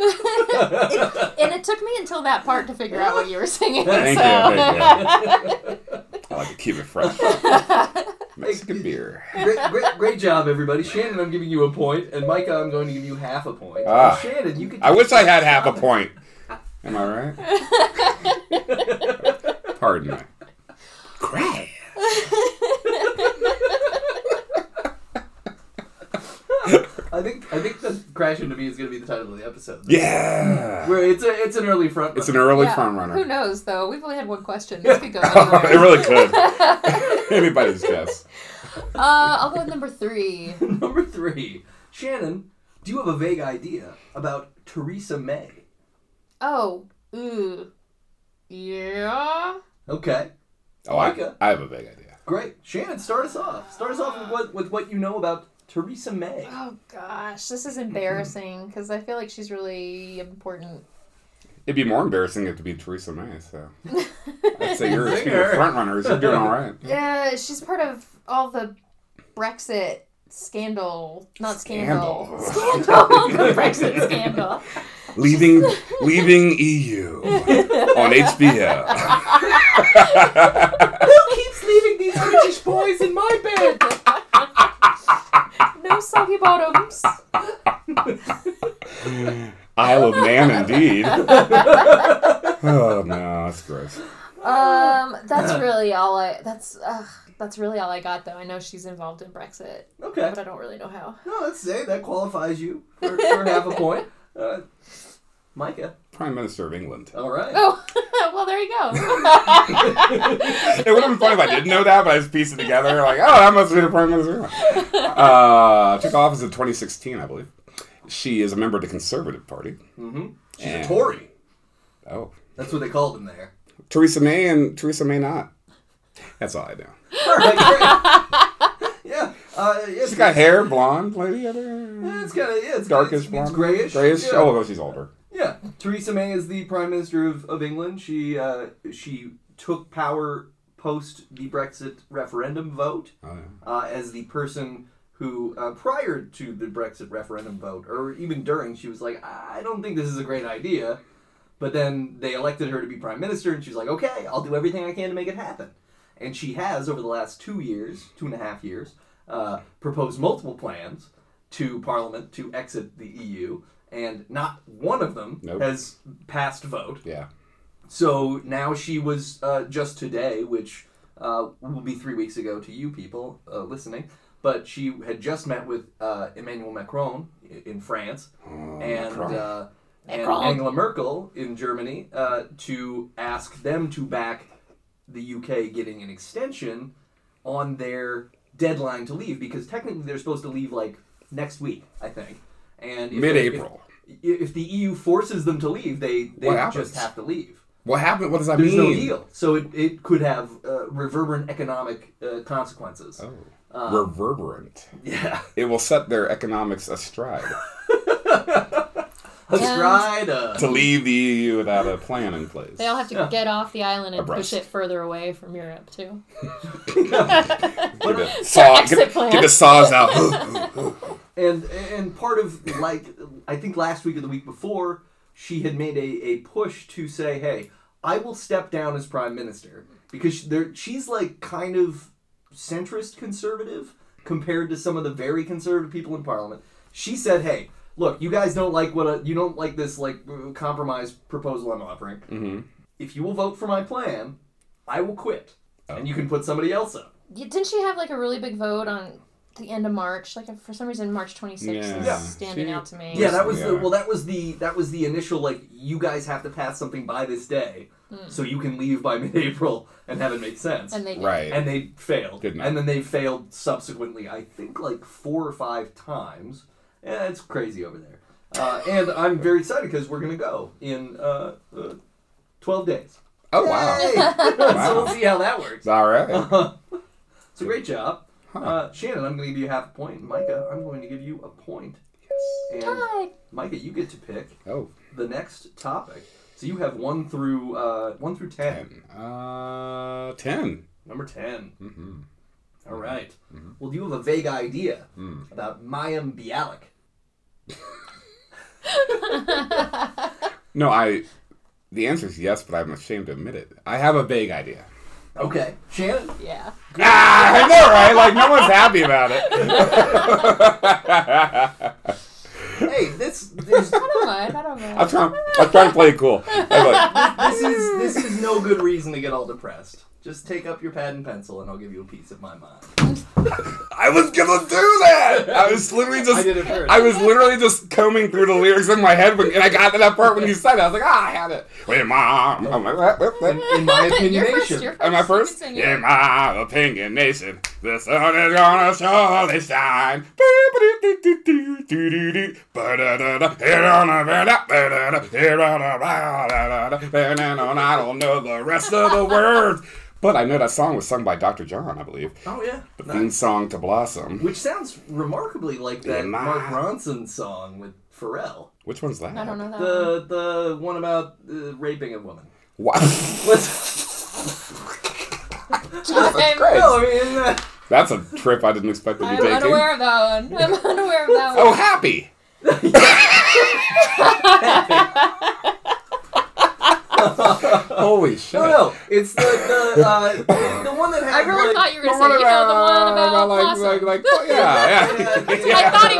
[SPEAKER 1] And it took me until that part to figure out what you were singing.
[SPEAKER 2] Thank
[SPEAKER 1] so.
[SPEAKER 2] you. Thank you. I like to keep it fresh. Mexican beer.
[SPEAKER 3] Great, great, great job, everybody. Shannon, I'm giving you a point, and Micah, I'm going to give you half a point.
[SPEAKER 2] Ah.
[SPEAKER 3] Shannon, you can.
[SPEAKER 2] I wish I had half a point. Am I right? Pardon me. Crash.
[SPEAKER 3] I think I think the crash into me is going to be the title of the episode.
[SPEAKER 2] Yeah.
[SPEAKER 3] Where it's a it's an early front.
[SPEAKER 2] It's an early
[SPEAKER 1] Yeah.
[SPEAKER 2] front
[SPEAKER 1] Who
[SPEAKER 2] runner.
[SPEAKER 1] knows though? We've only had one question. This could go
[SPEAKER 2] it
[SPEAKER 1] anywhere.
[SPEAKER 2] really could. Anybody's guess.
[SPEAKER 1] Uh, I'll go with number three.
[SPEAKER 3] runner. number three. Shannon, do you have a vague idea about Theresa May?
[SPEAKER 1] Oh, ooh, yeah.
[SPEAKER 3] Okay,
[SPEAKER 2] Oh, I,
[SPEAKER 3] Micah.
[SPEAKER 2] I have a big idea.
[SPEAKER 3] great. Shannon, start us off. Start us off with what with what you know about Theresa May.
[SPEAKER 1] Oh gosh, this is embarrassing because I feel like she's really important.
[SPEAKER 2] It'd be more embarrassing if it to be Theresa May, so. I'd say you're speaking
[SPEAKER 3] Singer.
[SPEAKER 2] of front runners. You're doing all right.
[SPEAKER 1] Yeah, she's part of all the Brexit scandal. Not scandal.
[SPEAKER 2] Scandal.
[SPEAKER 1] Scandal. the Brexit scandal.
[SPEAKER 2] Leaving, leaving EU on HBO.
[SPEAKER 3] Who keeps leaving these British boys in my bed?
[SPEAKER 1] No soggy bottoms.
[SPEAKER 2] Isle of Man, indeed. oh no, that's gross.
[SPEAKER 1] Um, that's really all I. That's uh, that's really all I got though. I know she's involved in Brexit,
[SPEAKER 3] Okay.
[SPEAKER 1] but I don't really know how.
[SPEAKER 3] No, let's say that qualifies you for, for half a point. Uh, Micah.
[SPEAKER 2] Prime Minister of England.
[SPEAKER 3] All right.
[SPEAKER 1] Oh, well, there you go.
[SPEAKER 2] It would have been funny if I didn't know that, but I just pieced it together. Like, oh, that must be the Prime Minister. of England. Uh, took office in 2016, I believe. She is a member of the Conservative Party.
[SPEAKER 3] Mm-hmm. She's
[SPEAKER 2] And-
[SPEAKER 3] a Tory.
[SPEAKER 2] Oh,
[SPEAKER 3] That's what they called him there.
[SPEAKER 2] Theresa May and Theresa May not. That's all I know.
[SPEAKER 3] All right, great. yeah. Uh, yeah,
[SPEAKER 2] She's got hair, blonde lady. I don't know.
[SPEAKER 3] Yeah, it's kind of yeah, it's
[SPEAKER 2] Darkish
[SPEAKER 3] it's, it's
[SPEAKER 2] blonde.
[SPEAKER 3] grayish.
[SPEAKER 2] Grayish.
[SPEAKER 3] Yeah.
[SPEAKER 2] Oh, well, she's older.
[SPEAKER 3] yeah. Theresa May is the prime minister of, of England. She uh, she took power post the Brexit referendum vote
[SPEAKER 2] Oh, yeah.
[SPEAKER 3] uh, as the person who uh, prior to the Brexit referendum vote or even during she was like I don't think this is a great idea. But then they elected her to be prime minister, and she's like, okay, I'll do everything I can to make it happen. And she has, over the last two years, two and a half years, uh, proposed multiple plans to Parliament to exit the EU, and not one of them
[SPEAKER 2] Nope.
[SPEAKER 3] has passed vote.
[SPEAKER 2] Yeah.
[SPEAKER 3] So now she was uh, just today, which uh, will be three weeks ago to you people uh, listening. But she had just met with uh, Emmanuel Macron i- in France
[SPEAKER 2] Oh,
[SPEAKER 3] and,
[SPEAKER 2] Macron.
[SPEAKER 3] uh, and
[SPEAKER 1] Macron.
[SPEAKER 3] Angela Merkel in Germany uh, to ask them to back the UK getting an extension on their deadline to leave because technically they're supposed to leave like next week, I think. And if-
[SPEAKER 2] Mid-April.
[SPEAKER 3] if, if the EU forces them to leave, they they
[SPEAKER 2] What happens?
[SPEAKER 3] just have to leave.
[SPEAKER 2] What happened? What does that
[SPEAKER 3] There's
[SPEAKER 2] mean?
[SPEAKER 3] no deal, so it, it could have uh, reverberant economic uh, consequences.
[SPEAKER 2] Oh.
[SPEAKER 3] Um,
[SPEAKER 2] Reverberant.
[SPEAKER 3] Yeah,
[SPEAKER 2] It will set their economics astride.
[SPEAKER 3] let's uh.
[SPEAKER 1] And-
[SPEAKER 3] try to.
[SPEAKER 2] to leave the EU without a plan in place.
[SPEAKER 1] They all have to
[SPEAKER 3] Yeah.
[SPEAKER 1] get off the island and
[SPEAKER 2] Abreast.
[SPEAKER 1] push it further away from Europe too.
[SPEAKER 2] get the saw,
[SPEAKER 1] exit
[SPEAKER 2] get,
[SPEAKER 1] plan.
[SPEAKER 2] get the saws out.
[SPEAKER 3] and and part of like I think last week or the week before, she had made a, a push to say, "Hey, I will step down as prime minister," because she- there she's like kind of centrist conservative compared to some of the very conservative people in parliament. She said, "Hey, look, you guys don't like what I, you don't like this like compromise proposal I'm offering.
[SPEAKER 2] hmm
[SPEAKER 3] If you will vote for my plan, I will quit, and you can put somebody else up."
[SPEAKER 1] Yeah, Didn't she have like a really big vote on the end of March? Like for some reason, March 26th
[SPEAKER 2] Yeah.
[SPEAKER 1] is
[SPEAKER 2] Yeah.
[SPEAKER 1] standing
[SPEAKER 2] She-
[SPEAKER 1] out to me.
[SPEAKER 3] Yeah, that was the
[SPEAKER 2] Yeah.
[SPEAKER 3] well. That was the that was the initial like you guys have to pass something by this day, so you can leave by mid-April and have it make sense.
[SPEAKER 1] Hmm. and they did.
[SPEAKER 2] Right.
[SPEAKER 3] And they failed.
[SPEAKER 2] Did not.
[SPEAKER 3] And then they failed subsequently. I think like four or five times. Yeah, it's crazy over there. Uh, and I'm very excited because we're gonna go in uh, uh, twelve days.
[SPEAKER 2] oh wow.
[SPEAKER 3] Yay! so we'll see how that
[SPEAKER 2] It's
[SPEAKER 3] works.
[SPEAKER 2] all right.
[SPEAKER 3] it's a great job,
[SPEAKER 2] Huh.
[SPEAKER 3] uh, Shannon. I'm going to give you half a point. Micah, I'm going to give you a point. And
[SPEAKER 1] Hi.
[SPEAKER 3] Micah, you get to pick
[SPEAKER 2] Oh,
[SPEAKER 3] the next topic. So you have one through uh, one through 10
[SPEAKER 2] ten. Uh, ten.
[SPEAKER 3] Number 10
[SPEAKER 2] Mm-hmm. Mm.
[SPEAKER 3] All right. Well, do you have a vague idea about Mayim Bialik?
[SPEAKER 2] No, I. The answer is yes, but I'm ashamed to admit it. I have a vague idea. Oh.
[SPEAKER 3] Okay, Shannon.
[SPEAKER 1] Yeah.
[SPEAKER 2] Ah, I know, right? Like no one's happy about it.
[SPEAKER 3] Hey, this this,
[SPEAKER 1] I don't mind. I don't mind.
[SPEAKER 2] I'm trying. I'm trying to play it cool. I'm like,
[SPEAKER 3] this is this is no good reason to get all depressed. Just take up your pad and pencil, and I'll give you a piece of my mind.
[SPEAKER 2] I was gonna do that. I was literally just.
[SPEAKER 3] I did it first.
[SPEAKER 2] I was literally just combing through the lyrics in my head when, and I got to that part when you said it. I was like, ah, I had it. Wait, mom. I'm like, what, what, what?
[SPEAKER 3] in my
[SPEAKER 1] You're first.
[SPEAKER 3] opinionation,
[SPEAKER 1] You're first.
[SPEAKER 2] Am I first?
[SPEAKER 1] You can sing it.
[SPEAKER 2] In my opinion, nation, the sun is gonna surely shine. Ba-ba-do-do-do-do-do-do-do. Ba-da-da-da. Here on a ba-da, ba-da-da. Here on a ba-da-da-da. Ba-da-da-da. I don't know the rest of the words. But I know that song was sung by Dr. John, I believe.
[SPEAKER 3] Oh yeah,
[SPEAKER 2] The
[SPEAKER 3] Nice.
[SPEAKER 2] theme song to Blossom.
[SPEAKER 3] which sounds remarkably like that
[SPEAKER 2] In my-
[SPEAKER 3] Mark Ronson song with Pharrell,
[SPEAKER 2] Which one's that?
[SPEAKER 1] I don't know that. one.
[SPEAKER 3] the the one about uh, raping a woman.
[SPEAKER 2] What?
[SPEAKER 1] I'm-
[SPEAKER 2] Christ.
[SPEAKER 3] no, I mean, uh,
[SPEAKER 2] That's a trip I didn't expect to be
[SPEAKER 1] I'm
[SPEAKER 2] taking.
[SPEAKER 1] unaware of that one. I'm unaware of that
[SPEAKER 2] Oh,
[SPEAKER 1] one.
[SPEAKER 2] happy! Holy shit.
[SPEAKER 3] no, no, it's the the, uh, the one that
[SPEAKER 1] I
[SPEAKER 3] had
[SPEAKER 1] really
[SPEAKER 3] like,
[SPEAKER 1] thought you were
[SPEAKER 2] The
[SPEAKER 1] gonna
[SPEAKER 2] one
[SPEAKER 1] say, you know, the
[SPEAKER 2] about-
[SPEAKER 1] one about
[SPEAKER 2] like,
[SPEAKER 1] possum.
[SPEAKER 2] like, like, oh, yeah, yeah.
[SPEAKER 3] Yeah, yeah.
[SPEAKER 1] I thought he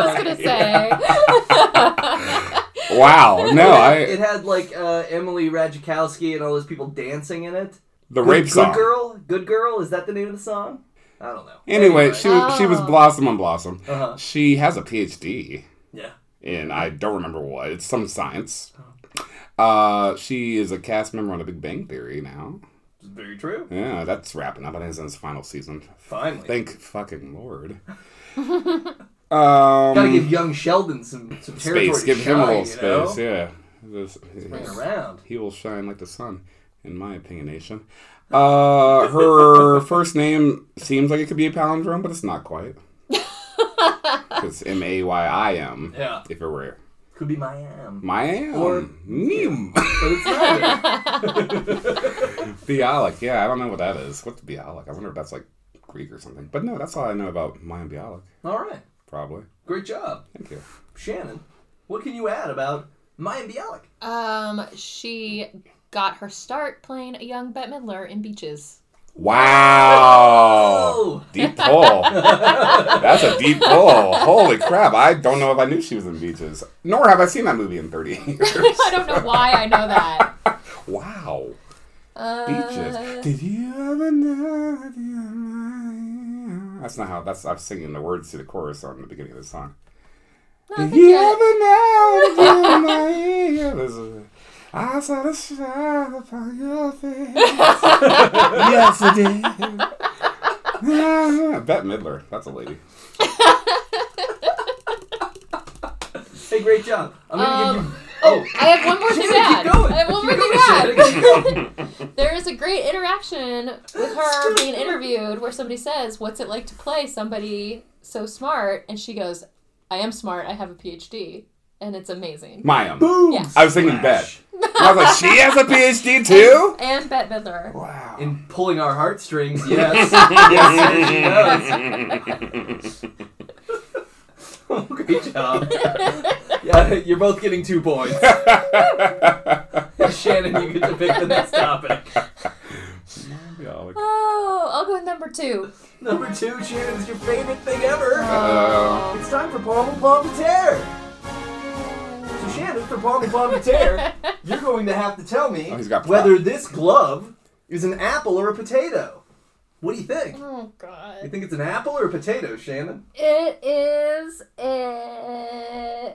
[SPEAKER 1] was gonna say.
[SPEAKER 2] Wow, no, I
[SPEAKER 3] it had like uh, Emily Radzikowski and all those people dancing in it.
[SPEAKER 2] the rape
[SPEAKER 3] good,
[SPEAKER 2] song.
[SPEAKER 3] Good girl, good girl. Is that the name of the song? I don't know.
[SPEAKER 2] Anyway, she was she was
[SPEAKER 1] Oh.
[SPEAKER 2] Blossom on Blossom.
[SPEAKER 3] Uh-huh.
[SPEAKER 2] She has a PhD
[SPEAKER 3] yeah.
[SPEAKER 2] in I don't remember what. It's some science. Uh, she is a cast member on The Big Bang Theory now.
[SPEAKER 3] It's very true.
[SPEAKER 2] Yeah, that's wrapping up. I think it's in its final season.
[SPEAKER 3] Finally.
[SPEAKER 2] Thank fucking lord.
[SPEAKER 3] Gotta
[SPEAKER 2] Um,
[SPEAKER 3] give young Sheldon some, some territory
[SPEAKER 2] space.
[SPEAKER 3] to
[SPEAKER 2] Give
[SPEAKER 3] shine,
[SPEAKER 2] him a little
[SPEAKER 3] you know?
[SPEAKER 2] space. Yeah. This-
[SPEAKER 3] Bring it around.
[SPEAKER 2] He will shine like the sun, in my opinionation. Uh, her first name seems like it could be a palindrome, but it's not quite. it's M A Y I M.
[SPEAKER 3] Yeah.
[SPEAKER 2] If it were
[SPEAKER 3] Could be my am.
[SPEAKER 2] my
[SPEAKER 3] Or-
[SPEAKER 2] meme.
[SPEAKER 3] But it's not.
[SPEAKER 2] Bialik, yeah, I don't know what that is. What's Bialik? I wonder if that's like Greek or something. But no, that's all I know about Mayan Bialik,
[SPEAKER 3] all right.
[SPEAKER 2] probably.
[SPEAKER 3] Great job.
[SPEAKER 2] Thank you.
[SPEAKER 3] Shannon, what can you add about Maya Bialik?
[SPEAKER 1] um, she got her start playing a young Bette Midler in Beaches.
[SPEAKER 2] Wow.
[SPEAKER 3] Oh,
[SPEAKER 2] Deep pull. That's a deep pull. Holy crap. I don't know if I knew she was in Beaches, nor have I seen that movie in 30 years.
[SPEAKER 1] I don't know why I know that.
[SPEAKER 2] wow.
[SPEAKER 1] Uh,
[SPEAKER 2] Beaches. Did you ever know? That's not how. That's I'm singing the words to the chorus on the beginning of the song.
[SPEAKER 1] no, I
[SPEAKER 2] Did
[SPEAKER 1] think
[SPEAKER 2] you
[SPEAKER 1] that-
[SPEAKER 2] ever know? in my ear? This is- I saw the shine upon your face. yes, I did. Ah, Bette Midler. That's a lady.
[SPEAKER 3] Oh, Hey, great job. I'm gonna give you.
[SPEAKER 1] Um, Oh, I have one more
[SPEAKER 3] She's
[SPEAKER 1] thing to
[SPEAKER 3] gonna keep
[SPEAKER 1] add.
[SPEAKER 3] going.
[SPEAKER 1] I have one
[SPEAKER 3] Keep
[SPEAKER 1] more thing
[SPEAKER 3] going,
[SPEAKER 1] to add.
[SPEAKER 3] Shannon, keep going.
[SPEAKER 1] There is a great interaction with her being interviewed where somebody says, What's it like to play somebody so smart? And she goes, I am smart. I have a PhD. And it's amazing.
[SPEAKER 2] Mayim.
[SPEAKER 3] Boom.
[SPEAKER 1] Yeah.
[SPEAKER 2] I was thinking
[SPEAKER 3] Smash.
[SPEAKER 2] I was like, she has a PhD too.
[SPEAKER 1] And Bette Midler.
[SPEAKER 2] Wow.
[SPEAKER 3] In pulling our heartstrings, yes. yes, yes, yes. Oh, Great job. Yeah, you're both getting two points. Shannon, you get to pick the next topic.
[SPEAKER 1] Oh, I'll go with number two.
[SPEAKER 3] Number two, Shannon's your favorite thing
[SPEAKER 1] Oh,
[SPEAKER 3] ever.
[SPEAKER 2] Uh,
[SPEAKER 3] It's time for Pommel Pommel Tear. So, Shannon, for Pommel Pommel Tear, you're going to have to tell me
[SPEAKER 2] Oh, he's got
[SPEAKER 3] whether this glove is an apple or a potato. What do you think?
[SPEAKER 1] Oh,
[SPEAKER 3] You
[SPEAKER 1] God.
[SPEAKER 3] think it's an apple or a potato, Shannon?
[SPEAKER 1] It is uh,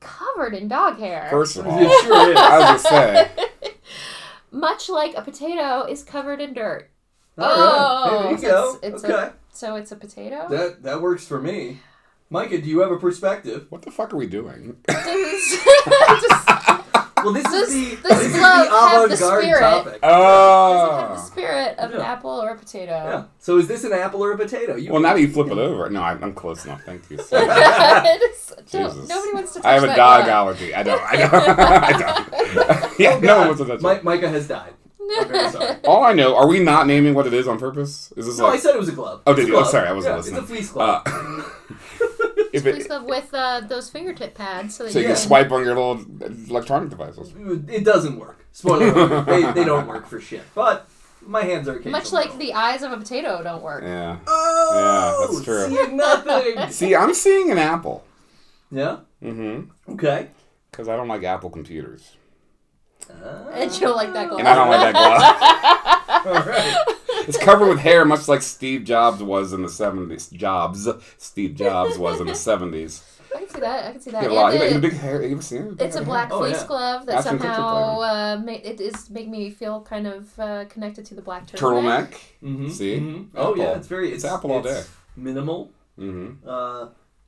[SPEAKER 1] covered in dog hair.
[SPEAKER 2] first of all,
[SPEAKER 3] It sure is.
[SPEAKER 2] I was just saying.
[SPEAKER 1] Much like a potato is covered in dirt.
[SPEAKER 3] All right.
[SPEAKER 1] Oh,
[SPEAKER 3] there you go.
[SPEAKER 1] so it's- it's a-
[SPEAKER 3] okay,
[SPEAKER 1] So it's a potato?
[SPEAKER 3] that that works for me. Micah, do you have a perspective?
[SPEAKER 2] What the fuck are we doing?
[SPEAKER 1] Just-
[SPEAKER 3] Well, this
[SPEAKER 1] Does
[SPEAKER 3] is the
[SPEAKER 1] this
[SPEAKER 3] this is
[SPEAKER 1] glove have the
[SPEAKER 3] the avant-garde
[SPEAKER 1] spirit?
[SPEAKER 3] topic.
[SPEAKER 1] doesn't have the
[SPEAKER 3] Ah.
[SPEAKER 2] Oh.
[SPEAKER 1] spirit of an
[SPEAKER 3] Yeah.
[SPEAKER 1] apple or a potato.
[SPEAKER 3] Yeah. So is this an apple or a potato? You
[SPEAKER 2] Well, now that you flip it over. No, I'm, I'm close enough. Thank you. So much.
[SPEAKER 1] It is- don't-
[SPEAKER 2] Jesus.
[SPEAKER 1] nobody wants to touch
[SPEAKER 2] I have a
[SPEAKER 1] that
[SPEAKER 2] dog
[SPEAKER 1] glove.
[SPEAKER 2] allergy. I know. I know. I don't. yeah, no one wants to touch
[SPEAKER 3] Mi-
[SPEAKER 2] it.
[SPEAKER 3] Micah has died. I'm very sorry.
[SPEAKER 2] All I know, are we not naming what it is on purpose? Is this
[SPEAKER 3] No, I
[SPEAKER 2] like?
[SPEAKER 3] said it was a glove.
[SPEAKER 2] Oh,
[SPEAKER 3] It's a
[SPEAKER 2] did you? I'm
[SPEAKER 3] glove.
[SPEAKER 2] sorry, I wasn't
[SPEAKER 3] yeah,
[SPEAKER 2] listening.
[SPEAKER 3] It's a fleece glove.
[SPEAKER 2] Uh, if
[SPEAKER 1] Please
[SPEAKER 2] it,
[SPEAKER 1] love with uh, those fingertip pads so that
[SPEAKER 2] so you
[SPEAKER 1] you
[SPEAKER 2] can
[SPEAKER 3] Yeah.
[SPEAKER 2] swipe on your little electronic devices.
[SPEAKER 3] It doesn't work. Spoiler alert. They, they don't work for shit. But my hands are
[SPEAKER 1] can,
[SPEAKER 3] occasionally.
[SPEAKER 1] much like the eyes of a potato don't work.
[SPEAKER 2] Yeah. Yeah,
[SPEAKER 3] Oh,
[SPEAKER 2] that's true.
[SPEAKER 3] Seeing nothing.
[SPEAKER 2] See, I'm seeing an apple.
[SPEAKER 3] yeah.
[SPEAKER 2] Mm-hmm.
[SPEAKER 3] Okay.
[SPEAKER 2] Because I don't like Apple computers.
[SPEAKER 1] And you don't like that glove.
[SPEAKER 2] And I don't like that
[SPEAKER 3] All right.
[SPEAKER 2] glove. It's covered with hair, much like Steve Jobs was in the 70s. Jobs. Steve Jobs was in the 70s.
[SPEAKER 1] I can see that. I can see
[SPEAKER 2] He
[SPEAKER 1] that.
[SPEAKER 2] had a lot. He
[SPEAKER 1] And
[SPEAKER 2] had a
[SPEAKER 1] it-
[SPEAKER 2] big hair. You ever seen it?
[SPEAKER 1] it's a black
[SPEAKER 3] Oh,
[SPEAKER 1] fleece
[SPEAKER 3] yeah.
[SPEAKER 1] glove that
[SPEAKER 2] That's from
[SPEAKER 1] somehow
[SPEAKER 2] Picture
[SPEAKER 1] uh, ma- it is make me feel kind of uh, connected to the black turtleneck.
[SPEAKER 2] turtleneck.
[SPEAKER 3] Mm-hmm.
[SPEAKER 2] See?
[SPEAKER 3] Oh yeah,
[SPEAKER 2] Apple.
[SPEAKER 3] it's very. It's,
[SPEAKER 2] It's apple all
[SPEAKER 3] it's
[SPEAKER 2] day.
[SPEAKER 3] Minimal.
[SPEAKER 2] hmm
[SPEAKER 3] Uh,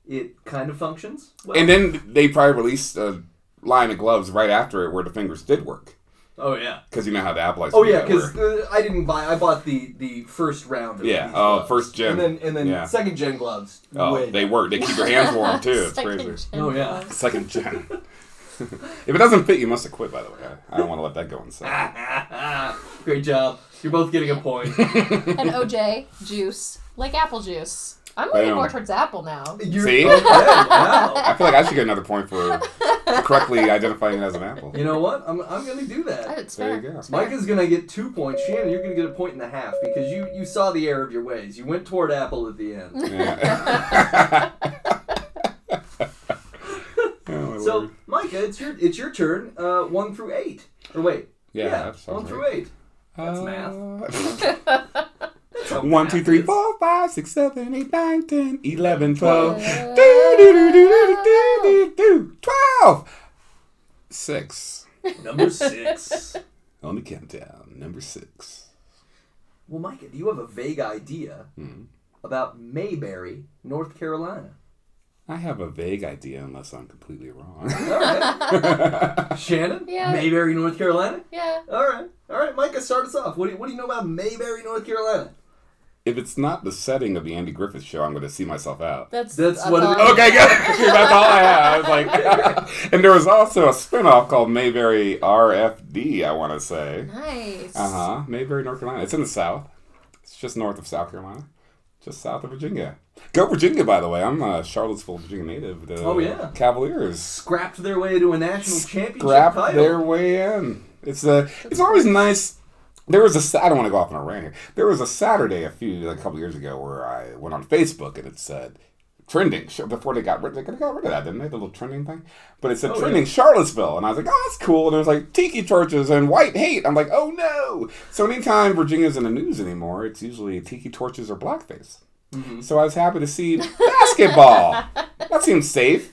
[SPEAKER 3] it kind of functions. Well.
[SPEAKER 2] And then they probably released a line of gloves right after it where the fingers did work.
[SPEAKER 3] oh yeah.
[SPEAKER 2] Because you know how the Apple likes to
[SPEAKER 3] Oh
[SPEAKER 2] do
[SPEAKER 3] yeah,
[SPEAKER 2] that,
[SPEAKER 3] because
[SPEAKER 2] where-
[SPEAKER 3] uh, I didn't buy. I bought the the first round. Of
[SPEAKER 2] Yeah,
[SPEAKER 3] these
[SPEAKER 2] oh,
[SPEAKER 3] gloves.
[SPEAKER 2] first gen.
[SPEAKER 3] And then and then
[SPEAKER 2] Yeah.
[SPEAKER 3] second gen gloves.
[SPEAKER 2] Oh,
[SPEAKER 3] Way
[SPEAKER 2] they
[SPEAKER 3] better.
[SPEAKER 2] work. They keep your hands warm, too. It's
[SPEAKER 1] Second
[SPEAKER 2] crazy.
[SPEAKER 1] gen
[SPEAKER 3] Oh, yeah.
[SPEAKER 1] gloves.
[SPEAKER 2] Second gen. if it doesn't fit, you must have quit, by the way. I, I don't want to let that go inside.
[SPEAKER 3] Ah, Great job. You're both getting a point.
[SPEAKER 1] and OJ juice, like apple juice. I'm leaning
[SPEAKER 2] Bam.
[SPEAKER 1] more towards apple now.
[SPEAKER 3] You're,
[SPEAKER 2] See?
[SPEAKER 3] Okay, wow.
[SPEAKER 2] I feel like I should get another point for correctly identifying it as an apple.
[SPEAKER 3] You know what? I'm, I'm gonna do that.
[SPEAKER 1] It's
[SPEAKER 2] There you
[SPEAKER 1] fair.
[SPEAKER 2] go.
[SPEAKER 1] It's fair.
[SPEAKER 3] Micah's gonna get two points. Shannon, you're gonna get a point and a half because you you saw the error of your ways. You went toward apple at the end.
[SPEAKER 2] Yeah. Oh, my
[SPEAKER 3] so
[SPEAKER 2] word.
[SPEAKER 3] Micah, it's your it's your turn. Uh, one through eight. Or wait.
[SPEAKER 2] Yeah, that sounds
[SPEAKER 3] one through
[SPEAKER 2] right.
[SPEAKER 3] eight. That's
[SPEAKER 2] math.
[SPEAKER 3] That's how
[SPEAKER 2] One,
[SPEAKER 3] math
[SPEAKER 2] two, three,
[SPEAKER 3] is.
[SPEAKER 2] four, five, six, seven, eight, nine, ten, eleven, twelve.
[SPEAKER 1] Twelve.
[SPEAKER 2] Do, do, do, do, do, do, do, do. Twelve. Six.
[SPEAKER 3] Number six.
[SPEAKER 2] On the countdown, number six.
[SPEAKER 3] Well, Micah, do you have a vague idea
[SPEAKER 2] Hmm.
[SPEAKER 3] about Mayberry, North Carolina?
[SPEAKER 2] I have a vague idea, unless I'm completely wrong.
[SPEAKER 3] All right. Shannon?
[SPEAKER 1] Yeah.
[SPEAKER 3] Mayberry, North Carolina?
[SPEAKER 1] Yeah.
[SPEAKER 3] All right. All right, Micah, start us off. What do you, what do you know about Mayberry, North Carolina?
[SPEAKER 2] if it's not the setting of the Andy Griffith Show, I'm going to see myself out.
[SPEAKER 1] That's
[SPEAKER 3] That's what it
[SPEAKER 1] all.
[SPEAKER 3] is.
[SPEAKER 2] Okay, good. That's all I had. I was like, and there was also a spinoff called Mayberry RFD. I want to say.
[SPEAKER 1] Nice.
[SPEAKER 2] Uh huh. Mayberry, North Carolina. It's in the South. It's just north of South Carolina, just south of Virginia. Go Virginia, by the way. I'm a Charlottesville, Virginia native. The
[SPEAKER 3] Oh, yeah.
[SPEAKER 2] Cavaliers
[SPEAKER 3] Scrapped their way to a national championship
[SPEAKER 2] grabbed
[SPEAKER 3] title.
[SPEAKER 2] their way in. It's a. It's always nice. There was a. Sa- I don't want to go off on a rant here. There was a Saturday a few a couple years ago where I went on Facebook and it said trending sh- before they got rid. They got rid of that, didn't they? The little trending thing. But it said
[SPEAKER 3] Oh,
[SPEAKER 2] trending Charlottesville, and I was like, oh, that's cool. And it was like tiki torches and white hate. I'm like, oh no. So anytime Virginia's in the news anymore, it's usually tiki torches or blackface.
[SPEAKER 3] Mhm.
[SPEAKER 2] So I was happy to see basketball. that seems safe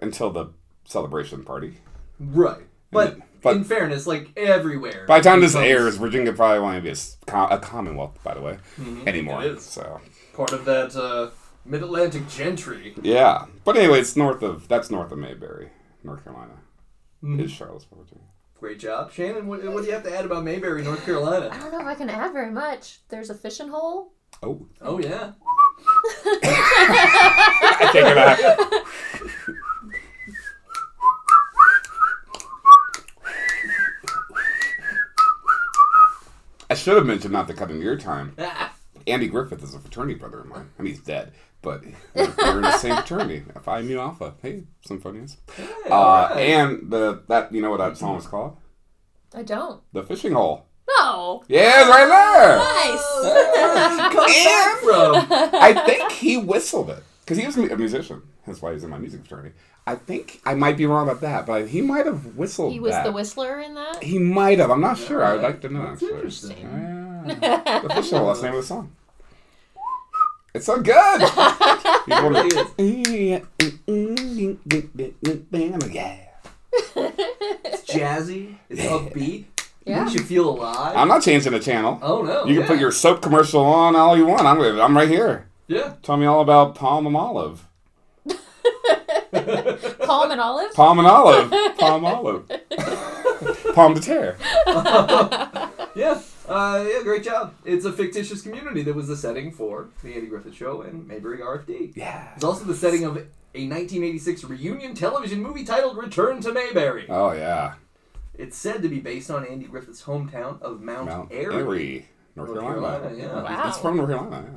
[SPEAKER 2] until the celebration party.
[SPEAKER 3] Right. But,
[SPEAKER 2] But-
[SPEAKER 3] in fairness, like everywhere.
[SPEAKER 2] By the time this
[SPEAKER 3] becomes
[SPEAKER 2] airs, Virginia probably won't even be a, s- co- a commonwealth, by the way, anymore.
[SPEAKER 3] It is.
[SPEAKER 2] So
[SPEAKER 3] part of that uh, Mid Atlantic gentry.
[SPEAKER 2] yeah, but anyway, it's north of that's north of Mayberry, North Carolina.
[SPEAKER 3] Mhm.
[SPEAKER 2] Is Charlottesville, Virginia?
[SPEAKER 3] Great job, Shannon. What, what do you have to add about Mayberry, North Carolina?
[SPEAKER 1] I don't know if I can add very much. There's a fishing hole.
[SPEAKER 2] Oh,
[SPEAKER 3] Oh yeah.
[SPEAKER 2] I can't get that. I should have mentioned not to cut in your time.
[SPEAKER 3] Ah,
[SPEAKER 2] Andy Griffith is a fraternity brother of mine. I mean, he's dead, but we're in the same fraternity. Phi Mu Alpha. Hey, Symphonians.
[SPEAKER 3] hey,
[SPEAKER 2] Uh,
[SPEAKER 3] alright.
[SPEAKER 2] and the that you know what that song was called?
[SPEAKER 1] I don't.
[SPEAKER 2] The fishing hole.
[SPEAKER 1] No.
[SPEAKER 2] Yeah, it's right
[SPEAKER 1] Nice.
[SPEAKER 3] Where'd you come back from?
[SPEAKER 2] there. I think he whistled it because he was a mu- a musician. That's why he's in my music fraternity. I think I might be wrong about that, but he might have whistled.
[SPEAKER 1] He was
[SPEAKER 2] that.
[SPEAKER 1] the whistler in that.
[SPEAKER 2] He might have. I'm not sure. I would like to know.
[SPEAKER 3] That's
[SPEAKER 2] actually.
[SPEAKER 3] interesting.
[SPEAKER 2] Yeah. The fishing hole. That's the name of the song. It's so good. He's one of the- yeah.
[SPEAKER 3] It's jazzy. It's
[SPEAKER 2] Yeah.
[SPEAKER 3] upbeat.
[SPEAKER 1] Yeah.
[SPEAKER 3] Makes you feel alive.
[SPEAKER 2] I'm not changing the channel.
[SPEAKER 3] oh no.
[SPEAKER 2] You can
[SPEAKER 3] yeah.
[SPEAKER 2] put your soap commercial on all you want. I'm I'm right here.
[SPEAKER 3] yeah.
[SPEAKER 2] Tell me all about palm and olive.
[SPEAKER 1] Palm and olive.
[SPEAKER 2] Palm and olive. Palm olive. palm to tear.
[SPEAKER 3] Yeah. Uh, yeah. Great job. It's a fictitious community that was the setting for the Andy Griffith Show and Mayberry RFD.
[SPEAKER 2] Yeah.
[SPEAKER 3] It's also the setting of a 1986 reunion television movie titled Return to Mayberry.
[SPEAKER 2] Oh yeah.
[SPEAKER 3] It's said to be based on Andy Griffith's hometown of Mount,
[SPEAKER 2] Mount
[SPEAKER 3] Airy.
[SPEAKER 2] Airy, North
[SPEAKER 3] North
[SPEAKER 2] Carolina.
[SPEAKER 3] Carolina, yeah.
[SPEAKER 1] Wow.
[SPEAKER 2] It's from North Carolina.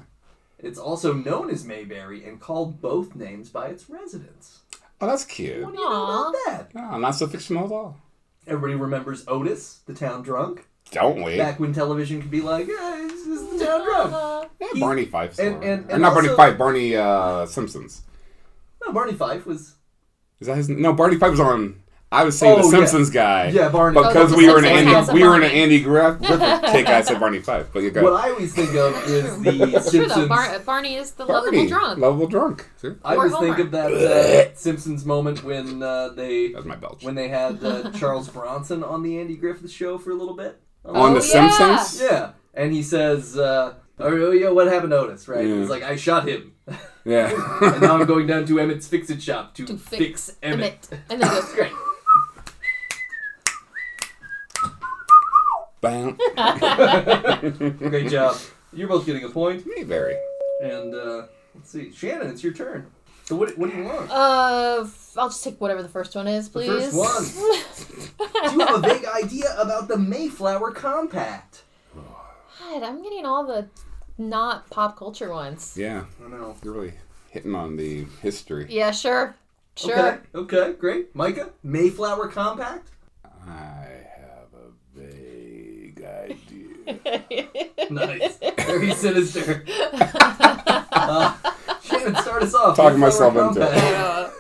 [SPEAKER 2] Yeah.
[SPEAKER 3] It's also known as Mayberry and called both names by its residents.
[SPEAKER 2] Oh, that's cute.
[SPEAKER 3] What do you know about that?
[SPEAKER 2] No, not so fictional at all.
[SPEAKER 3] Everybody remembers Otis, the town drunk,
[SPEAKER 2] Don't we?
[SPEAKER 3] back when television could be like, hey, this is the town drunk.
[SPEAKER 1] Uh,
[SPEAKER 2] Yeah,
[SPEAKER 3] he-
[SPEAKER 2] Barney Fife.
[SPEAKER 3] and-
[SPEAKER 2] song.
[SPEAKER 3] and-
[SPEAKER 2] Or
[SPEAKER 3] and
[SPEAKER 2] not
[SPEAKER 3] also-
[SPEAKER 2] Barney Fife. Barney uh, Simpsons.
[SPEAKER 3] No, Barney Fife was.
[SPEAKER 2] Is that his? name? No, Barney Fife was on. I was saying
[SPEAKER 3] Oh,
[SPEAKER 2] the
[SPEAKER 3] yeah.
[SPEAKER 2] Simpsons guy.
[SPEAKER 3] Yeah, Barney.
[SPEAKER 2] Because
[SPEAKER 1] Oh,
[SPEAKER 2] we were in
[SPEAKER 1] The
[SPEAKER 2] an
[SPEAKER 1] Simpsons
[SPEAKER 2] Andy, we
[SPEAKER 1] has a
[SPEAKER 2] were in an
[SPEAKER 1] Barney.
[SPEAKER 2] Andy Griff- Griffith kick. I said Barney Fife, but you go.
[SPEAKER 3] What I always think of is the
[SPEAKER 1] it's true though.
[SPEAKER 3] Simpsons.
[SPEAKER 1] Bar- Barney is the
[SPEAKER 2] Barney,
[SPEAKER 1] lovable drunk.
[SPEAKER 2] Lovable drunk. See?
[SPEAKER 3] I
[SPEAKER 1] Or
[SPEAKER 3] always think
[SPEAKER 1] Homer.
[SPEAKER 3] of that uh, Simpsons moment when uh, they
[SPEAKER 2] That's my belch.
[SPEAKER 3] when they had uh, Charles Bronson on the Andy Griffith Show for a little bit. Uh,
[SPEAKER 2] on
[SPEAKER 1] Oh,
[SPEAKER 2] the
[SPEAKER 1] yeah.
[SPEAKER 2] Simpsons.
[SPEAKER 3] Yeah, and he says, uh, "Oh yeah, what happened to Otis?" Right?
[SPEAKER 2] Yeah.
[SPEAKER 3] He's like, "I shot him,
[SPEAKER 2] Yeah.
[SPEAKER 3] and now I'm going down to Emmett's Fix-It shop to,
[SPEAKER 1] to
[SPEAKER 3] fix,
[SPEAKER 1] fix
[SPEAKER 3] Emmett."
[SPEAKER 1] Emmett. And then he goes,
[SPEAKER 3] Great.
[SPEAKER 2] Bam.
[SPEAKER 3] Great job. You're both getting a point.
[SPEAKER 2] Mayberry.
[SPEAKER 3] And uh, let's see, Shannon, it's your turn. So what? What do you want?
[SPEAKER 1] uh, I'll just take whatever the first one is,
[SPEAKER 3] The
[SPEAKER 1] please.
[SPEAKER 3] first Do you have a big idea about the Mayflower Compact?
[SPEAKER 1] God, I'm getting all the not pop culture ones.
[SPEAKER 2] Yeah,
[SPEAKER 3] I don't know.
[SPEAKER 2] you're really hitting on the history.
[SPEAKER 1] Yeah, sure. Sure.
[SPEAKER 3] Okay. Okay. Great. Micah, Mayflower Compact.
[SPEAKER 2] I have a vague idea.
[SPEAKER 3] Nice. Very sinister. uh, Shannon, start us off.
[SPEAKER 2] Talking
[SPEAKER 3] Mayflower
[SPEAKER 2] myself into it.
[SPEAKER 3] Compact.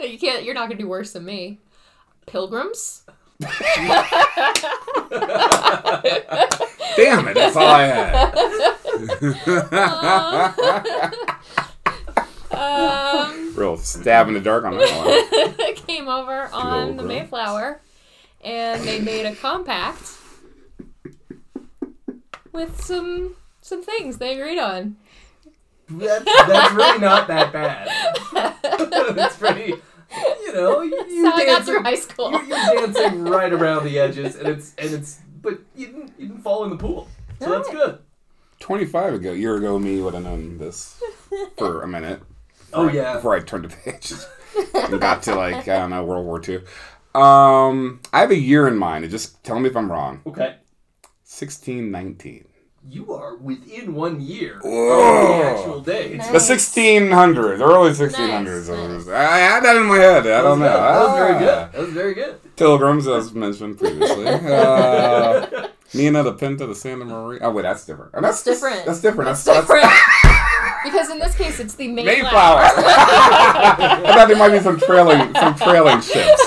[SPEAKER 1] Uh, you can't. You're not gonna do worse than me. Pilgrims.
[SPEAKER 2] Damn it, that's all I had.
[SPEAKER 1] Um,
[SPEAKER 2] Real stab in the dark on that one.
[SPEAKER 1] came over on the
[SPEAKER 2] Pilgrims.
[SPEAKER 1] Mayflower, and they made a compact with some some things they agreed on.
[SPEAKER 3] That's, that's really not that bad. it's pretty, you know, you,
[SPEAKER 1] So
[SPEAKER 3] you
[SPEAKER 1] I got
[SPEAKER 3] dancing,
[SPEAKER 1] through high school.
[SPEAKER 3] you're, you're dancing right around the edges, and it's and it's, but you didn't you didn't fall in the pool, so that's good.
[SPEAKER 2] 25 ago, year ago, me would have known this for a minute.
[SPEAKER 3] Oh
[SPEAKER 2] before I-
[SPEAKER 3] yeah,
[SPEAKER 2] Before I turned the pages and got to, like, I don't know, World War II. Um, I have a year in mind, and just tell me if I'm wrong.
[SPEAKER 3] okay.
[SPEAKER 2] 1619.
[SPEAKER 3] You are within one year
[SPEAKER 2] Whoa.
[SPEAKER 3] of the actual day.
[SPEAKER 1] Nice.
[SPEAKER 2] The 1600s, early 1600s.
[SPEAKER 1] Nice, nice.
[SPEAKER 2] I had that in my head. I
[SPEAKER 3] That
[SPEAKER 2] don't
[SPEAKER 3] was
[SPEAKER 2] know.
[SPEAKER 3] good. That was very
[SPEAKER 2] Ah.
[SPEAKER 3] good. That was very good.
[SPEAKER 2] Pilgrims, as mentioned previously. Uh, Nina the Pinta, the Santa Maria. Oh wait, that's different. Oh,
[SPEAKER 1] That's different.
[SPEAKER 2] That's different. That's,
[SPEAKER 1] Different.
[SPEAKER 2] that's-
[SPEAKER 1] Because in this case, it's the
[SPEAKER 2] Mayflower. I thought there might be some trailing, some trailing ships.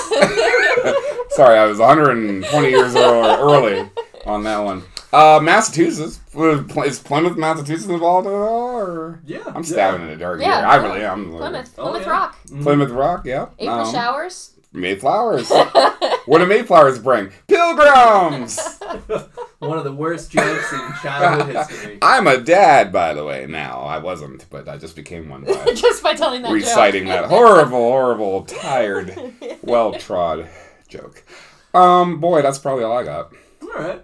[SPEAKER 2] Sorry, I was 120 years or- early on that one. Uh, Massachusetts is Plymouth, Massachusetts involved at all? Or?
[SPEAKER 3] Yeah.
[SPEAKER 2] I'm stabbing in the dark
[SPEAKER 1] Yeah,
[SPEAKER 2] here. I
[SPEAKER 1] Plymouth.
[SPEAKER 2] really am.
[SPEAKER 1] Plymouth,
[SPEAKER 3] Oh,
[SPEAKER 1] Plymouth
[SPEAKER 3] yeah.
[SPEAKER 1] Rock,
[SPEAKER 3] Mhm.
[SPEAKER 2] Plymouth Rock, yeah.
[SPEAKER 1] April
[SPEAKER 2] Um,
[SPEAKER 1] showers.
[SPEAKER 2] Mayflowers. what do Mayflowers bring? Pilgrims.
[SPEAKER 3] One of the worst jokes in childhood history.
[SPEAKER 2] I'm a dad, by the way. Now I wasn't, but I just became one by
[SPEAKER 1] Just by telling that
[SPEAKER 2] reciting that horrible, horrible, tired,
[SPEAKER 1] joke.
[SPEAKER 2] well trod joke. Um, boy, that's probably all I got.
[SPEAKER 3] All right.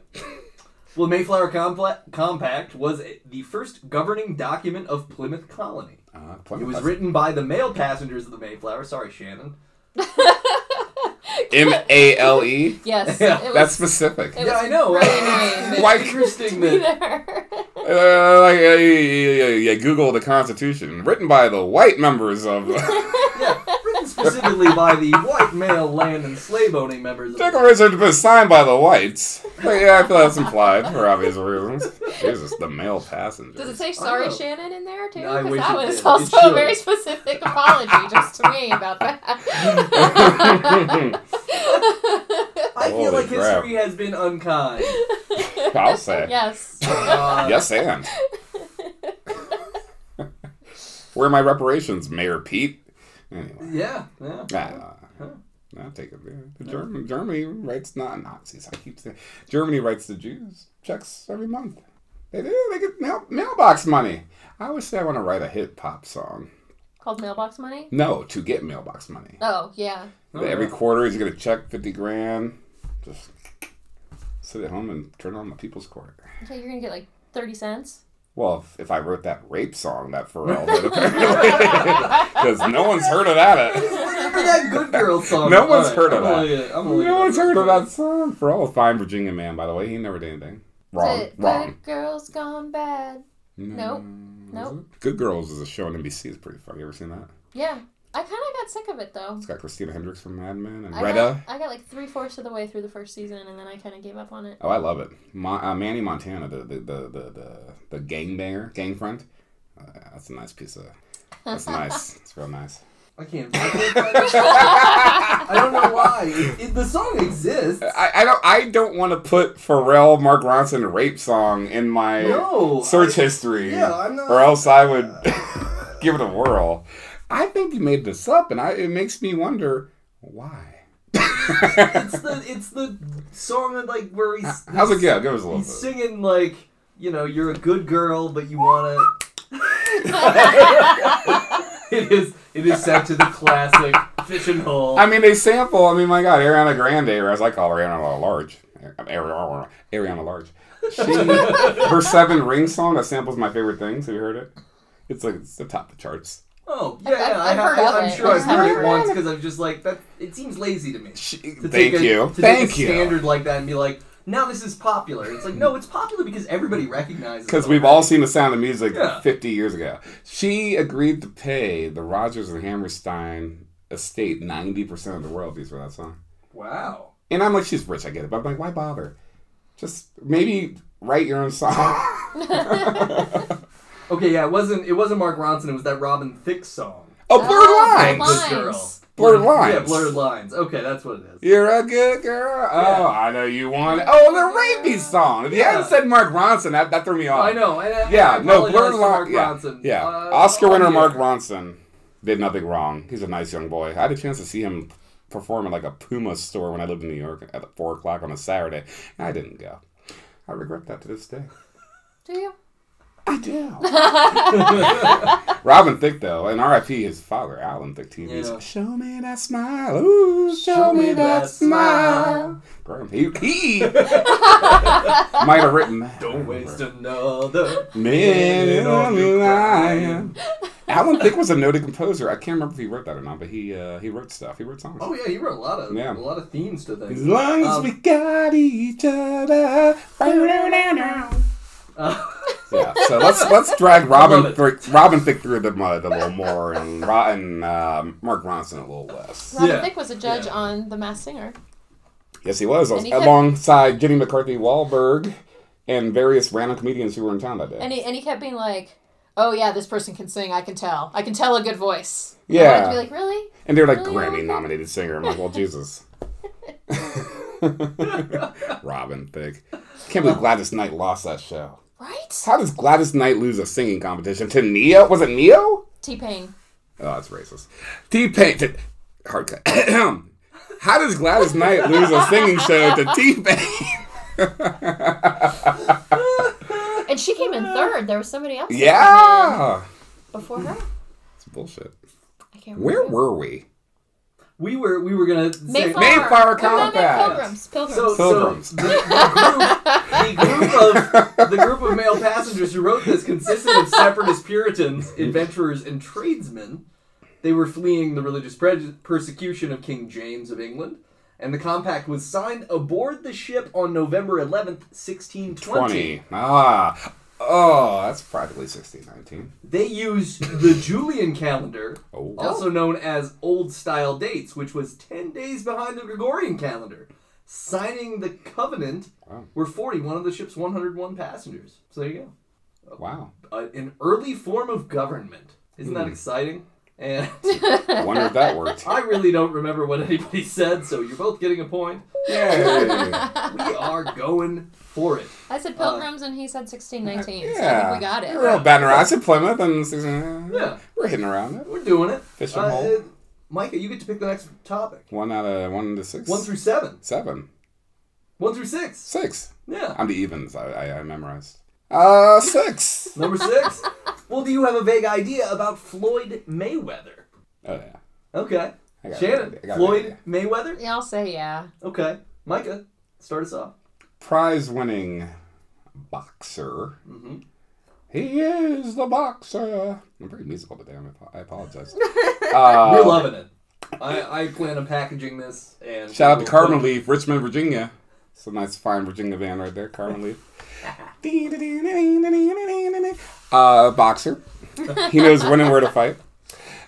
[SPEAKER 3] Well, Mayflower Compla- Compact was the first governing document of Plymouth Colony.
[SPEAKER 2] Uh,
[SPEAKER 3] It was
[SPEAKER 2] Plymouth-
[SPEAKER 3] written by the male passengers of the Mayflower. Sorry, Shannon.
[SPEAKER 2] M A L E.
[SPEAKER 1] yes,
[SPEAKER 3] Yeah,
[SPEAKER 1] it
[SPEAKER 2] That's
[SPEAKER 1] was
[SPEAKER 2] specific.
[SPEAKER 1] It
[SPEAKER 3] yeah,
[SPEAKER 1] was
[SPEAKER 3] I know.
[SPEAKER 1] really annoying.
[SPEAKER 2] Why-
[SPEAKER 3] Why interesting
[SPEAKER 1] me
[SPEAKER 3] that
[SPEAKER 1] there.
[SPEAKER 2] Uh, like, uh, yeah, yeah, yeah, yeah, Google the Constitution, written by the white members of. Take
[SPEAKER 3] yeah, written specifically by the white male land and slave owning members. Of
[SPEAKER 2] a research was signed by the whites. Like, yeah, I feel that's implied for obvious reasons. Jesus, the male passengers.
[SPEAKER 1] Does it say
[SPEAKER 3] I
[SPEAKER 1] "Sorry,
[SPEAKER 3] know.
[SPEAKER 1] Shannon" in there too?
[SPEAKER 3] Oh, No, I
[SPEAKER 1] Because
[SPEAKER 3] wish
[SPEAKER 1] that
[SPEAKER 3] it
[SPEAKER 1] was
[SPEAKER 3] did. It
[SPEAKER 1] also a
[SPEAKER 3] should.
[SPEAKER 1] very specific apology just to me about that.
[SPEAKER 3] I feel
[SPEAKER 2] Holy
[SPEAKER 3] like
[SPEAKER 2] crap.
[SPEAKER 3] history has been unkind.
[SPEAKER 2] I'll say.
[SPEAKER 1] yes.
[SPEAKER 3] Uh,
[SPEAKER 2] Yes, and. Where are my reparations, Mayor Pete? Anyway.
[SPEAKER 3] Yeah, yeah.
[SPEAKER 2] Ah, I'll take it. yeah. Germany, Germany writes not Nazis. I keep saying Germany writes the Jews checks every month. They do. They get mail, mailbox money. I always say I want to write a hip hop song.
[SPEAKER 1] Called mailbox money.
[SPEAKER 2] No, to get mailbox money.
[SPEAKER 1] Oh yeah.
[SPEAKER 3] Oh,
[SPEAKER 2] every
[SPEAKER 3] yeah.
[SPEAKER 2] quarter he's gonna check fifty grand. Just sit at home and turn on the People's Court.
[SPEAKER 1] Okay, you're gonna get like thirty cents.
[SPEAKER 2] Well, if, if I wrote that rape song that Pharrell did, apparently, because no one's heard of that.
[SPEAKER 3] Remember that good girl song?
[SPEAKER 2] No one's
[SPEAKER 3] All
[SPEAKER 2] heard of
[SPEAKER 3] I'm
[SPEAKER 2] that.
[SPEAKER 3] only- I'm only-
[SPEAKER 2] No one's heard of that song. Pharrell's a fine Virginia man, by the way. He never did anything wrong.
[SPEAKER 1] Good-
[SPEAKER 2] wrong.
[SPEAKER 1] Good girls gone bad. Nope.
[SPEAKER 2] Mm,
[SPEAKER 1] Nope.
[SPEAKER 2] is it? Good Girls is a show on NBC. It's pretty funny. You ever seen that?
[SPEAKER 1] Yeah, I kind of got sick of it though.
[SPEAKER 2] It's got Christina Hendricks from Mad Men and
[SPEAKER 1] I
[SPEAKER 2] Retta.
[SPEAKER 1] Got, I got like three fourths of the way through the first season, and then I kind of gave up on it.
[SPEAKER 2] Oh, I love it. Mon uh, Manny Montana, the the the the the, the gangbanger, gang friend. Uh, that's a nice piece of. That's nice. It's real nice.
[SPEAKER 3] I can't. I, can't find it. I don't know why. It, it, the song exists.
[SPEAKER 2] I, I don't I don't want to put Pharrell Mark Ronson rape song in my
[SPEAKER 3] no.
[SPEAKER 2] search
[SPEAKER 3] I,
[SPEAKER 2] history,
[SPEAKER 3] yeah, I'm not-
[SPEAKER 2] or else I would give it a whirl. I think you made this up, and I, it makes me wonder why.
[SPEAKER 3] it's the it's the song that, like where he's
[SPEAKER 2] How's it go? Give us a little
[SPEAKER 3] he's
[SPEAKER 2] bit.
[SPEAKER 3] singing like you know you're a good girl but you wanna. it is it is set to the classic fish and hole.
[SPEAKER 2] I mean, they sample. I mean, my God, Ariana Grande, or as I call her, Ariana Large, Ariana, Ariana Large. She her Seven Ring song that samples my favorite things. Have you heard it? It's like it's the top of the charts.
[SPEAKER 3] oh yeah, yeah I,
[SPEAKER 1] I've heard of
[SPEAKER 3] I, am
[SPEAKER 1] it.
[SPEAKER 3] sure I've
[SPEAKER 1] I've
[SPEAKER 3] heard
[SPEAKER 1] heard
[SPEAKER 3] it
[SPEAKER 1] of
[SPEAKER 3] once
[SPEAKER 1] it.
[SPEAKER 3] because I'm just like that. It seems lazy to me.
[SPEAKER 2] She,
[SPEAKER 3] to
[SPEAKER 2] thank
[SPEAKER 3] take a,
[SPEAKER 2] you,
[SPEAKER 3] To take
[SPEAKER 2] thank
[SPEAKER 3] a
[SPEAKER 2] you.
[SPEAKER 3] standard like that and be like, now this is popular. It's like, no, it's popular because everybody recognizes.
[SPEAKER 2] Because
[SPEAKER 3] it
[SPEAKER 2] we've all seen The Sound of Music
[SPEAKER 3] Yeah.
[SPEAKER 2] 50 years ago. She agreed to pay the Rogers and Hammerstein estate 90% of the royalties for that song.
[SPEAKER 3] Wow.
[SPEAKER 2] And I'm like, she's rich, I get it. But I'm like, why bother? Just maybe write your own song.
[SPEAKER 3] Okay, yeah, it wasn't it wasn't Mark Ronson. It was that Robin Thicke song.
[SPEAKER 2] oh, Blurred
[SPEAKER 1] Oh,
[SPEAKER 2] Lines!
[SPEAKER 3] Good girl.
[SPEAKER 1] Lines.
[SPEAKER 2] Blurred Lines.
[SPEAKER 3] Yeah, blurred lines. Okay, that's what it is.
[SPEAKER 2] You're a good girl. Oh,
[SPEAKER 3] Yeah.
[SPEAKER 2] I know you want it. Oh, the rapey song. If you
[SPEAKER 3] Yeah.
[SPEAKER 2] hadn't said Mark Ronson, that, that threw me off.
[SPEAKER 3] I know. And, I-
[SPEAKER 2] Yeah,
[SPEAKER 3] I
[SPEAKER 2] no,
[SPEAKER 3] apologize
[SPEAKER 2] Blurred Lines.
[SPEAKER 3] to
[SPEAKER 2] Yeah,
[SPEAKER 3] oh, Mark Ronson.
[SPEAKER 2] yeah.
[SPEAKER 3] Uh,
[SPEAKER 2] Oscar
[SPEAKER 3] oh,
[SPEAKER 2] winner
[SPEAKER 3] yeah.
[SPEAKER 2] Mark Ronson did nothing wrong. He's a nice young boy. I had a chance to see him perform at like a Puma store when I lived in New York at four o'clock on a Saturday, and I didn't go. I regret that to this day.
[SPEAKER 1] Do you?
[SPEAKER 2] I do. Robin Thicke, though, and R.I.P. his father, Alan Thicke. He was,
[SPEAKER 3] Yeah.
[SPEAKER 2] show me that smile, ooh, show, me, that, smile. Graham, he, he might have written that.
[SPEAKER 3] Don't waste another.
[SPEAKER 2] Man,
[SPEAKER 3] minute on your crying.
[SPEAKER 2] Alan Thicke was a noted composer. I can't remember if he wrote that or not, but he uh, he wrote stuff. He wrote songs.
[SPEAKER 3] Oh yeah, he wrote a lot of
[SPEAKER 2] Yeah.
[SPEAKER 3] a lot of themes to
[SPEAKER 2] As
[SPEAKER 3] things.
[SPEAKER 2] long as
[SPEAKER 3] Um,
[SPEAKER 2] we got each other.
[SPEAKER 3] Uh,
[SPEAKER 2] Yeah, so let's let's drag Robin
[SPEAKER 3] it.
[SPEAKER 2] Thicke, Robin Thicke through the mud a little more, and Ro- and uh, Mark Ronson a little less.
[SPEAKER 1] Robin
[SPEAKER 3] Yeah.
[SPEAKER 1] Thicke was a judge
[SPEAKER 3] Yeah.
[SPEAKER 1] on The Masked Singer.
[SPEAKER 2] Yes, he was
[SPEAKER 1] And he kept-
[SPEAKER 2] alongside Jenny McCarthy Wahlberg and various random comedians who were in town that day.
[SPEAKER 1] And he and he kept being like, oh yeah, this person can sing. I can tell. I can tell a good voice. And I wanted to be
[SPEAKER 2] Yeah.
[SPEAKER 1] like, really?
[SPEAKER 2] And they're like
[SPEAKER 1] Oh, yeah.
[SPEAKER 2] Grammy nominated singer. I'm like, well, Jesus. Robin Thicke. Can't believe Gladys Knight lost that show.
[SPEAKER 1] Right?
[SPEAKER 2] How does Gladys Knight lose a singing competition to Neo? Was it Neo? Oh,
[SPEAKER 1] T Pain.
[SPEAKER 2] that's racist. T Pain. to- Hard cut. How does Gladys Knight lose a singing show to T Pain?
[SPEAKER 1] And she came in third. There was somebody else. that came
[SPEAKER 2] Yeah.
[SPEAKER 1] in Before her.
[SPEAKER 2] It's bullshit.
[SPEAKER 1] I can't remember.
[SPEAKER 2] Where
[SPEAKER 1] who.
[SPEAKER 2] were we?
[SPEAKER 3] We were we were gonna say
[SPEAKER 1] Mayflower.
[SPEAKER 2] Mayflower
[SPEAKER 1] No, no, no,
[SPEAKER 2] Compact.
[SPEAKER 1] Pilgrims. Pilgrims.
[SPEAKER 3] so, so
[SPEAKER 2] Pilgrims.
[SPEAKER 3] the, the, group, the group of the group of male passengers who wrote this consisted of separatist Puritans, adventurers, and tradesmen. They were fleeing the religious preju- persecution of King James of England, and the compact was signed aboard the ship on November eleventh, sixteen twenty.
[SPEAKER 2] 20. Ah. Oh, that's probably 1619.
[SPEAKER 3] They used the Julian calendar,
[SPEAKER 2] Oh.
[SPEAKER 3] also known as Old Style dates, which was 10 days behind the Gregorian calendar. Signing the covenant
[SPEAKER 2] Wow.
[SPEAKER 3] were 41 of the ship's 101 passengers. So there you
[SPEAKER 2] Wow.
[SPEAKER 3] go. Uh, an early form of government. Isn't
[SPEAKER 2] Hmm.
[SPEAKER 3] that exciting? And
[SPEAKER 2] Wonder if that worked.
[SPEAKER 3] I really don't remember what anybody said, so you're both getting a point.
[SPEAKER 2] Yay.
[SPEAKER 3] We are going for it.
[SPEAKER 1] I said Pilgrims and he said 1619. So I
[SPEAKER 2] Yeah.
[SPEAKER 1] think we got it.
[SPEAKER 2] We're all batting around. I said Plymouth and uh,
[SPEAKER 3] Yeah.
[SPEAKER 2] we're hitting around it.
[SPEAKER 3] We're doing it.
[SPEAKER 2] Fish and hole.
[SPEAKER 3] Micah, you get to pick the next topic.
[SPEAKER 2] One out of one to six.
[SPEAKER 3] One through seven.
[SPEAKER 2] seven.
[SPEAKER 3] One through six.
[SPEAKER 2] Six.
[SPEAKER 3] Yeah.
[SPEAKER 2] I'm the evens. I, I, I memorized. Uh, six.
[SPEAKER 3] Number six. well, do you have a vague idea about Floyd Mayweather?
[SPEAKER 2] oh yeah.
[SPEAKER 3] Okay.
[SPEAKER 2] I got an
[SPEAKER 3] Shannon,
[SPEAKER 2] idea. I got an
[SPEAKER 3] Floyd
[SPEAKER 2] idea.
[SPEAKER 3] Mayweather?
[SPEAKER 1] Yeah, I'll say yeah.
[SPEAKER 3] Okay. Micah, start us off.
[SPEAKER 2] Prize-winning boxer.
[SPEAKER 3] Mm-hmm.
[SPEAKER 2] He is the boxer. I'm very musical today. I'm, I apologize. Uh,
[SPEAKER 3] We're loving it. I, I plan on packaging this and
[SPEAKER 2] Shout out to Carmen Leaf, Richmond, Virginia. It's a nice fine Virginia van right there, Carmen Leaf. Uh, boxer. He knows when and where to fight.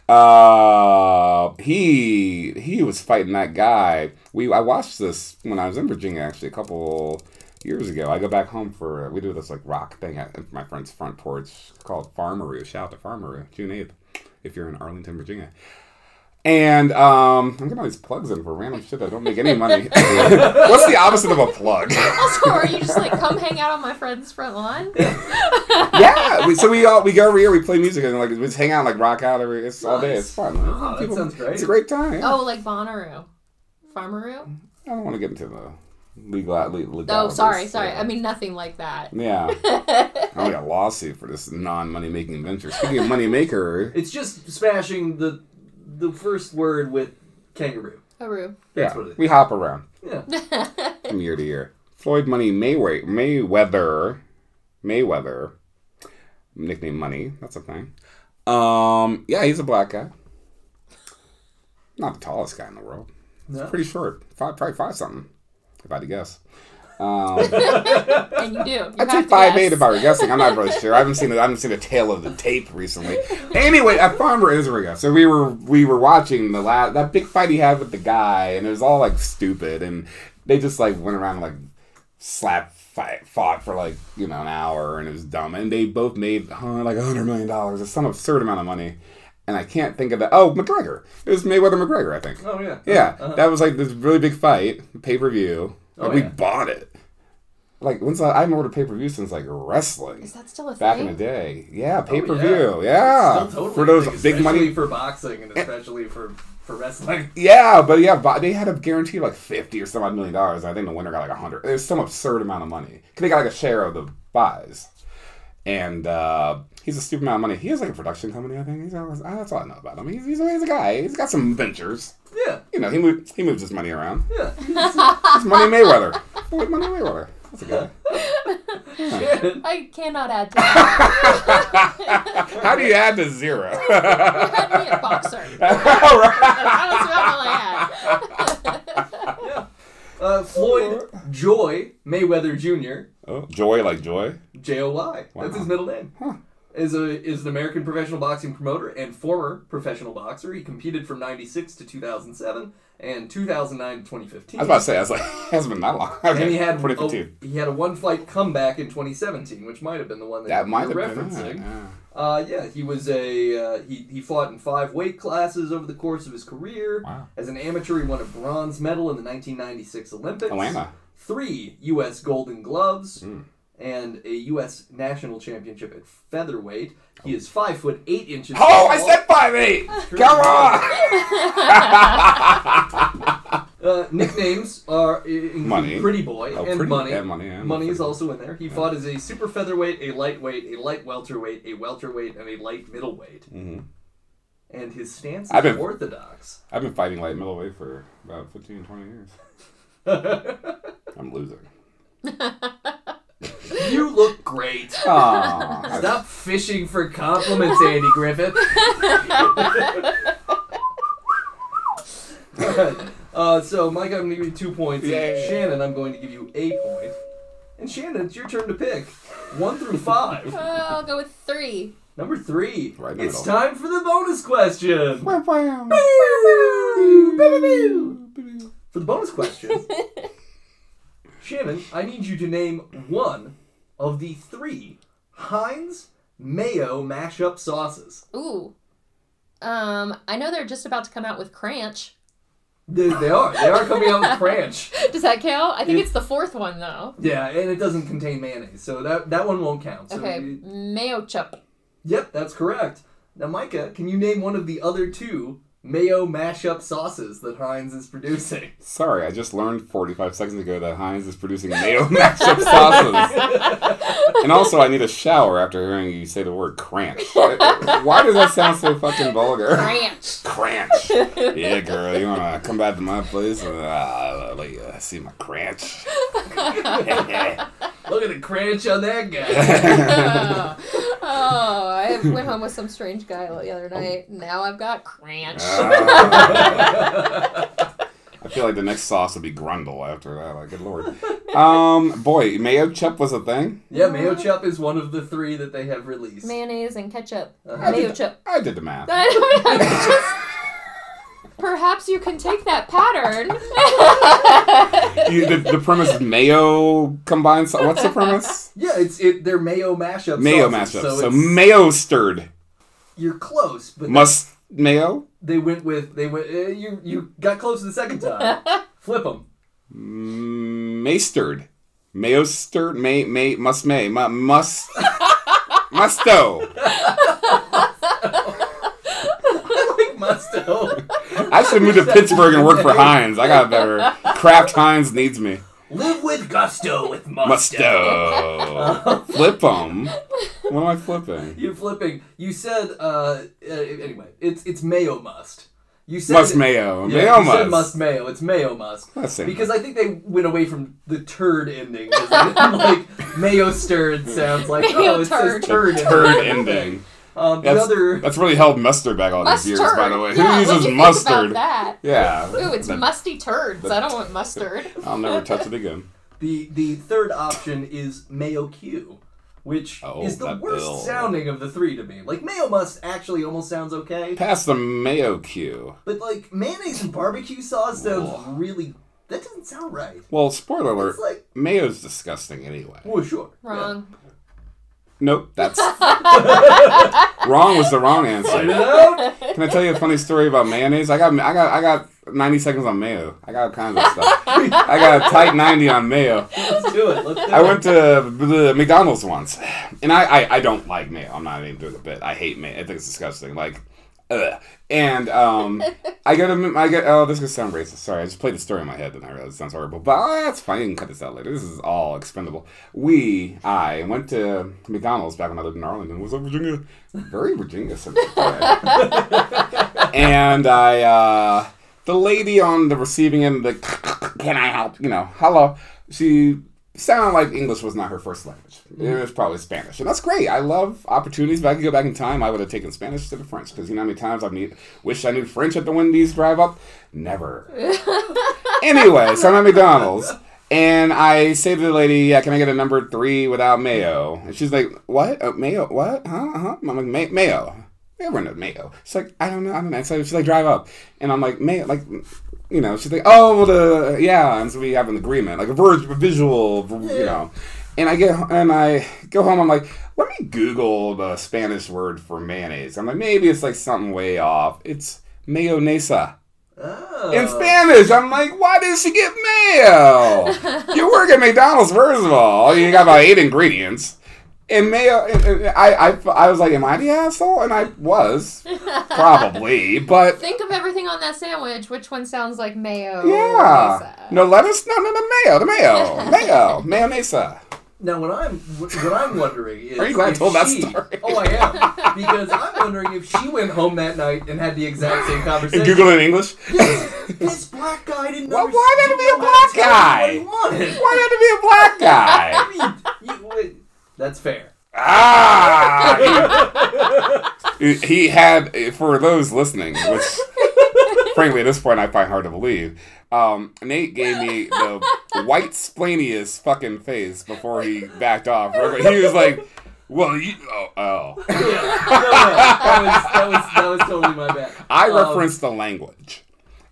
[SPEAKER 2] Uh, he he was fighting that guy. We I watched this when I was in Virginia actually a couple years ago. I go back home for we do this like rock thing at my friend's front porch called Farmeroo. Shout out to Farmeroo, June eighth, if you're in Arlington, Virginia. And um, I'm getting all these plugs in for random shit that don't make any money. What's the opposite of a plug?
[SPEAKER 1] Also, are you just like, come hang out on my friend's front lawn?
[SPEAKER 2] yeah. We, so we all we go over here, we play music, and like we just hang out, like rock out every. It's all day. It's fun.
[SPEAKER 3] Oh, that sounds great.
[SPEAKER 2] It's a great time.
[SPEAKER 1] Oh, like Bonnaroo. Farmeroo?
[SPEAKER 2] I don't want to get into the legal. legal
[SPEAKER 1] Oh,
[SPEAKER 2] legalities.
[SPEAKER 1] sorry, sorry.
[SPEAKER 2] Mm-hmm. Yeah.
[SPEAKER 1] I mean, nothing like that.
[SPEAKER 2] Yeah. I got a lawsuit for this non-money making venture. Speaking of money maker,
[SPEAKER 3] It's just smashing the the first word with kangaroo.
[SPEAKER 1] Haru.
[SPEAKER 3] That's
[SPEAKER 2] yeah,
[SPEAKER 3] what it is.
[SPEAKER 2] we hop around
[SPEAKER 3] Yeah.
[SPEAKER 2] from year to year. Floyd Money Maywe- Mayweather, Mayweather, nickname Money. That's a thing. Um, yeah, he's a black guy. Not the tallest guy in the world.
[SPEAKER 3] No.
[SPEAKER 2] Pretty short. Five, probably five something, if I had to guess. Um,
[SPEAKER 1] And you do. You
[SPEAKER 2] I'd say
[SPEAKER 1] have to
[SPEAKER 2] five
[SPEAKER 1] guess.
[SPEAKER 2] eight if I were guessing. I'm not really sure. I haven't seen it. I haven't seen the tail of the tape recently. Anyway, at Farmer Israel, so we were we were watching the last that big fight he had with the guy, and it was all like stupid, and they just like went around and, like slap fight fought for like you know an hour, and it was dumb, and they both made huh, like a hundred million dollars, some absurd amount of money, and I can't think of the oh McGregor. It was Mayweather McGregor, I think.
[SPEAKER 3] Oh, yeah.
[SPEAKER 2] Yeah, that was like this really big fight, pay per view. Like
[SPEAKER 3] Oh,
[SPEAKER 2] we
[SPEAKER 3] yeah.
[SPEAKER 2] bought it. Like when's the, I haven't ordered pay per view since like wrestling
[SPEAKER 1] Is that still a
[SPEAKER 2] back
[SPEAKER 1] thing?
[SPEAKER 2] in the day. Yeah, pay per
[SPEAKER 3] Oh, yeah.
[SPEAKER 2] view. yeah,
[SPEAKER 3] Still totally
[SPEAKER 2] for those
[SPEAKER 3] a thing,
[SPEAKER 2] big money.
[SPEAKER 3] especially for boxing and especially for, for wrestling.
[SPEAKER 2] Yeah, but yeah, but they had a guarantee like fifty or some odd million dollars. I think the winner got like hundred. There's some absurd amount of money. 'Cause they got like a share of the buys, and uh, he's a stupid amount of money. He has like a production company. I think he's always, ah, that's all I know about him. He's, he's, he's a guy. He's got some ventures.
[SPEAKER 3] Yeah.
[SPEAKER 2] You know, he moved, he moves his money around.
[SPEAKER 3] Yeah.
[SPEAKER 2] It's Money Mayweather. Floyd Money Mayweather. That's a guy.
[SPEAKER 3] Shannon,
[SPEAKER 1] I cannot add to that.
[SPEAKER 2] How do you add to zero?
[SPEAKER 1] You had me at boxer. That was about all I had.
[SPEAKER 3] uh, Floyd Joy Mayweather Jr.
[SPEAKER 2] oh, joy like joy.
[SPEAKER 3] J O Y. That's his middle name. is a is an American professional boxing promoter and former professional boxer. He competed from '96 to 2007 and 2009 to 2015.
[SPEAKER 2] I was about to say, I was like, it hasn't been that long. Okay,
[SPEAKER 3] and he had
[SPEAKER 2] 2015.
[SPEAKER 3] a, he had a one fight comeback in 2017, which might have been the one that,
[SPEAKER 2] that
[SPEAKER 3] you
[SPEAKER 2] might have
[SPEAKER 3] were
[SPEAKER 2] been
[SPEAKER 3] referencing.
[SPEAKER 2] it. yeah.
[SPEAKER 3] Uh, yeah, he was a uh, he he fought in five weight classes over the course of his career.
[SPEAKER 2] Wow.
[SPEAKER 3] As an amateur, he won a bronze medal in the 1996 Olympics,
[SPEAKER 2] Atlanta.
[SPEAKER 3] three U.S. Golden Gloves,
[SPEAKER 2] Mm.
[SPEAKER 3] and a U.S. National Championship at featherweight. He is five foot eight inches.
[SPEAKER 2] Oh, I
[SPEAKER 3] tall.
[SPEAKER 2] said five eight. Come on.
[SPEAKER 3] Uh, nicknames are i- include
[SPEAKER 2] Money.
[SPEAKER 3] Pretty Boy
[SPEAKER 2] Oh,
[SPEAKER 3] and
[SPEAKER 2] pretty-
[SPEAKER 3] Money.
[SPEAKER 2] yeah, Money, yeah,
[SPEAKER 3] money is
[SPEAKER 2] Pretty-
[SPEAKER 3] also in there. He fought as a super featherweight, a lightweight, a light welterweight, a welterweight, and a light middleweight.
[SPEAKER 2] Mhm.
[SPEAKER 3] And his stance is
[SPEAKER 2] I've been-
[SPEAKER 3] orthodox.
[SPEAKER 2] I've been fighting light middleweight for about 15, 20 years. I'm losing.
[SPEAKER 3] You look great.
[SPEAKER 2] Aww.
[SPEAKER 3] Stop fishing for compliments, Andy Griffith. uh, so, Mike, I'm going to give you two points. and
[SPEAKER 2] Yay.
[SPEAKER 3] Shannon, I'm going to give you a point. And Shannon, it's your turn to pick one through five.
[SPEAKER 1] Oh, I'll go with three.
[SPEAKER 3] Number three.
[SPEAKER 2] Right in the
[SPEAKER 3] it's
[SPEAKER 2] middle.
[SPEAKER 3] time for the bonus question. For the bonus question, Shannon, I need you to name one of the three Heinz mayo mashup sauces.
[SPEAKER 1] Ooh. Um, I know they're just about to come out with Cranch.
[SPEAKER 3] They, they are. They are coming out with Cranch.
[SPEAKER 1] Does that count? I think
[SPEAKER 3] It-
[SPEAKER 1] it's the fourth one though.
[SPEAKER 3] Yeah, and it doesn't contain mayonnaise, so that that one won't count. So
[SPEAKER 1] Okay,
[SPEAKER 3] you-
[SPEAKER 1] mayo chup.
[SPEAKER 3] yep, that's correct. Now, Micah, can you name one of the other two mayo mashup sauces that Heinz is producing?
[SPEAKER 2] Sorry, I just learned 45 seconds ago that Heinz is producing mayo mashup sauces. and also, I need a shower after hearing you say the word cranch. Why does that sound so fucking vulgar?
[SPEAKER 1] Cranch.
[SPEAKER 2] Cranch. Yeah, girl, you wanna come back to my place and uh, let you uh, see my cranch?
[SPEAKER 3] Look at the Cranch on that guy.
[SPEAKER 1] oh, oh, I went home with some strange guy the
[SPEAKER 2] Oh.
[SPEAKER 1] other night. Now I've got Cranch.
[SPEAKER 2] Ah. I feel like the next sauce would be Grundle after that. Like, good lord. Um, boy, mayo chup was a thing.
[SPEAKER 3] yeah, mayo chup is one of the three that they have released.
[SPEAKER 1] Mayonnaise and ketchup.
[SPEAKER 3] Uh-huh.
[SPEAKER 1] Mayo chup.
[SPEAKER 2] I did the math.
[SPEAKER 1] I don't know, it's just- Perhaps you can take that pattern.
[SPEAKER 2] You- the, the premise is mayo combined. sau- What's the premise?
[SPEAKER 3] Yeah, it's it. They're mayo mashup.
[SPEAKER 2] Mayo
[SPEAKER 3] sauces,
[SPEAKER 2] mashup. So,
[SPEAKER 3] it's-
[SPEAKER 2] mayo stirred.
[SPEAKER 3] you're close, but
[SPEAKER 2] Must mayo?
[SPEAKER 3] they went with they went. Uh, you you got close the second time. Flip them.
[SPEAKER 2] Mm, May stirred. Mayo stirred. May may must may mu- must musto.
[SPEAKER 3] I like musto.
[SPEAKER 2] I should move to Pittsburgh and work for Heinz. I got better. Kraft Heinz needs me.
[SPEAKER 3] Live with gusto with musto.
[SPEAKER 2] Musto. Flip 'em. What am I flipping?
[SPEAKER 3] You're flipping. You said uh, uh anyway. It's it's mayo must. You said
[SPEAKER 2] Must mayo.
[SPEAKER 3] Yeah,
[SPEAKER 2] mayo
[SPEAKER 3] you
[SPEAKER 2] must.
[SPEAKER 3] Said must mayo. It's mayo must.
[SPEAKER 2] That's it.
[SPEAKER 3] Because I think they went away from the turd ending. 'cause they didn't like mayo stirred sounds like
[SPEAKER 1] Mayo
[SPEAKER 3] oh, it says
[SPEAKER 1] turd.
[SPEAKER 3] turd. in
[SPEAKER 2] Turd
[SPEAKER 3] it.
[SPEAKER 2] ending.
[SPEAKER 3] Um, the
[SPEAKER 2] That's,
[SPEAKER 3] other
[SPEAKER 2] that's really held mustard back all these years,
[SPEAKER 1] mustard.
[SPEAKER 2] by the way.
[SPEAKER 1] Yeah,
[SPEAKER 2] Who
[SPEAKER 1] what'd
[SPEAKER 2] uses
[SPEAKER 1] you think
[SPEAKER 2] mustard?
[SPEAKER 1] About that.
[SPEAKER 2] Yeah.
[SPEAKER 1] Ooh, it's
[SPEAKER 2] That-
[SPEAKER 1] musty turds. I don't want mustard.
[SPEAKER 2] I'll never touch it again.
[SPEAKER 3] The the third option is Mayo Q, which
[SPEAKER 2] Oh,
[SPEAKER 3] is the
[SPEAKER 2] that
[SPEAKER 3] worst
[SPEAKER 2] bill.
[SPEAKER 3] sounding of the three to me. Like Mayo Must actually almost sounds okay,
[SPEAKER 2] Pass the mayo cue.
[SPEAKER 3] but like mayonnaise and barbecue sauce sounds
[SPEAKER 2] Ugh.
[SPEAKER 3] really. That doesn't sound right.
[SPEAKER 2] Well, spoiler alert,
[SPEAKER 3] It's like
[SPEAKER 2] mayo's disgusting anyway.
[SPEAKER 3] well, sure.
[SPEAKER 1] Wrong.
[SPEAKER 2] Nope, that's. wrong was the wrong
[SPEAKER 3] Yeah. You
[SPEAKER 2] answer.
[SPEAKER 3] know?
[SPEAKER 2] Can I tell you a funny story about mayonnaise? I got, I got, I got 90 seconds on mayo. I got all kinds of stuff. I got a tight 90 on mayo.
[SPEAKER 3] Let's do it. Let's do
[SPEAKER 2] I
[SPEAKER 3] it.
[SPEAKER 2] went to the McDonald's once, and I, I, I don't like mayo. I'm not even doing a bit. I hate mayo. I think it's disgusting. Like, ugh. and um, I get a, I get. Oh, this is gonna sound racist. Sorry, I just played the story in my head, and I realized it sounds horrible. But oh, that's fine. You can cut this out later. This is all expendable. We, I went to McDonald's back when I lived in Arlington. Was that Virginia? Very Virginia centric. and I, uh, the lady on the receiving end, the can I help? You know, hello. She sounded like English was not her first language. It was probably Spanish, and that's great. I love opportunities. If I could go back in time, I would have taken Spanish to the French because you know how many times I need, wish I knew French at the Wendy's drive up. Never. anyway, so I'm at McDonald's. And I say to the lady, "Yeah, can I get a number three without mayo?" And she's like, "What? Uh, mayo? What? Huh? Huh?" I'm like, May- "Mayo." Everyone knows mayo. She's like, "I don't know. I don't know." So she's like, "Drive up," and I'm like, "Mayo?" Like, you know, she's like, "Oh, well, the yeah." And so we have an agreement, like a vir- visual, you know. And I get and I go home. I'm like, "Let me Google the Spanish word for mayonnaise." I'm like, "Maybe it's like something way off. It's mayonesa."
[SPEAKER 3] Oh.
[SPEAKER 2] in Spanish. I'm like, why did she get mayo? you work at McDonald's, first of all. You got about eight ingredients. And mayo, and- and I, I, I was like, am I the asshole? And I was, probably. But
[SPEAKER 1] Think of everything on that sandwich. Which one sounds like mayo?
[SPEAKER 2] yeah.
[SPEAKER 1] Lisa?
[SPEAKER 2] No lettuce? No, no, no, mayo, the mayo, mayo, mayonesa.
[SPEAKER 3] Now, what I'm what I'm wondering is,
[SPEAKER 2] Are you glad I
[SPEAKER 3] if
[SPEAKER 2] told that
[SPEAKER 3] she-
[SPEAKER 2] story?
[SPEAKER 3] Oh, I am because I'm wondering if she went home that night and had the exact same
[SPEAKER 2] And
[SPEAKER 3] conversation.
[SPEAKER 2] Google in English?
[SPEAKER 3] this, this black guy didn't.
[SPEAKER 2] Well,
[SPEAKER 3] understand
[SPEAKER 2] why did it be a
[SPEAKER 3] what
[SPEAKER 2] black
[SPEAKER 3] I
[SPEAKER 2] guy?
[SPEAKER 3] was telling him What he wanted.
[SPEAKER 2] Why had to be a black guy?
[SPEAKER 3] I mean, you, that's fair.
[SPEAKER 2] Ah! he had for those listening which frankly at this point i find hard to believe um, nate gave me the white splainiest fucking face before he backed off he was like well you oh, oh.
[SPEAKER 3] Yeah, no, no, that, was, that, was, that was totally my bad.
[SPEAKER 2] i
[SPEAKER 3] Um,
[SPEAKER 2] referenced the language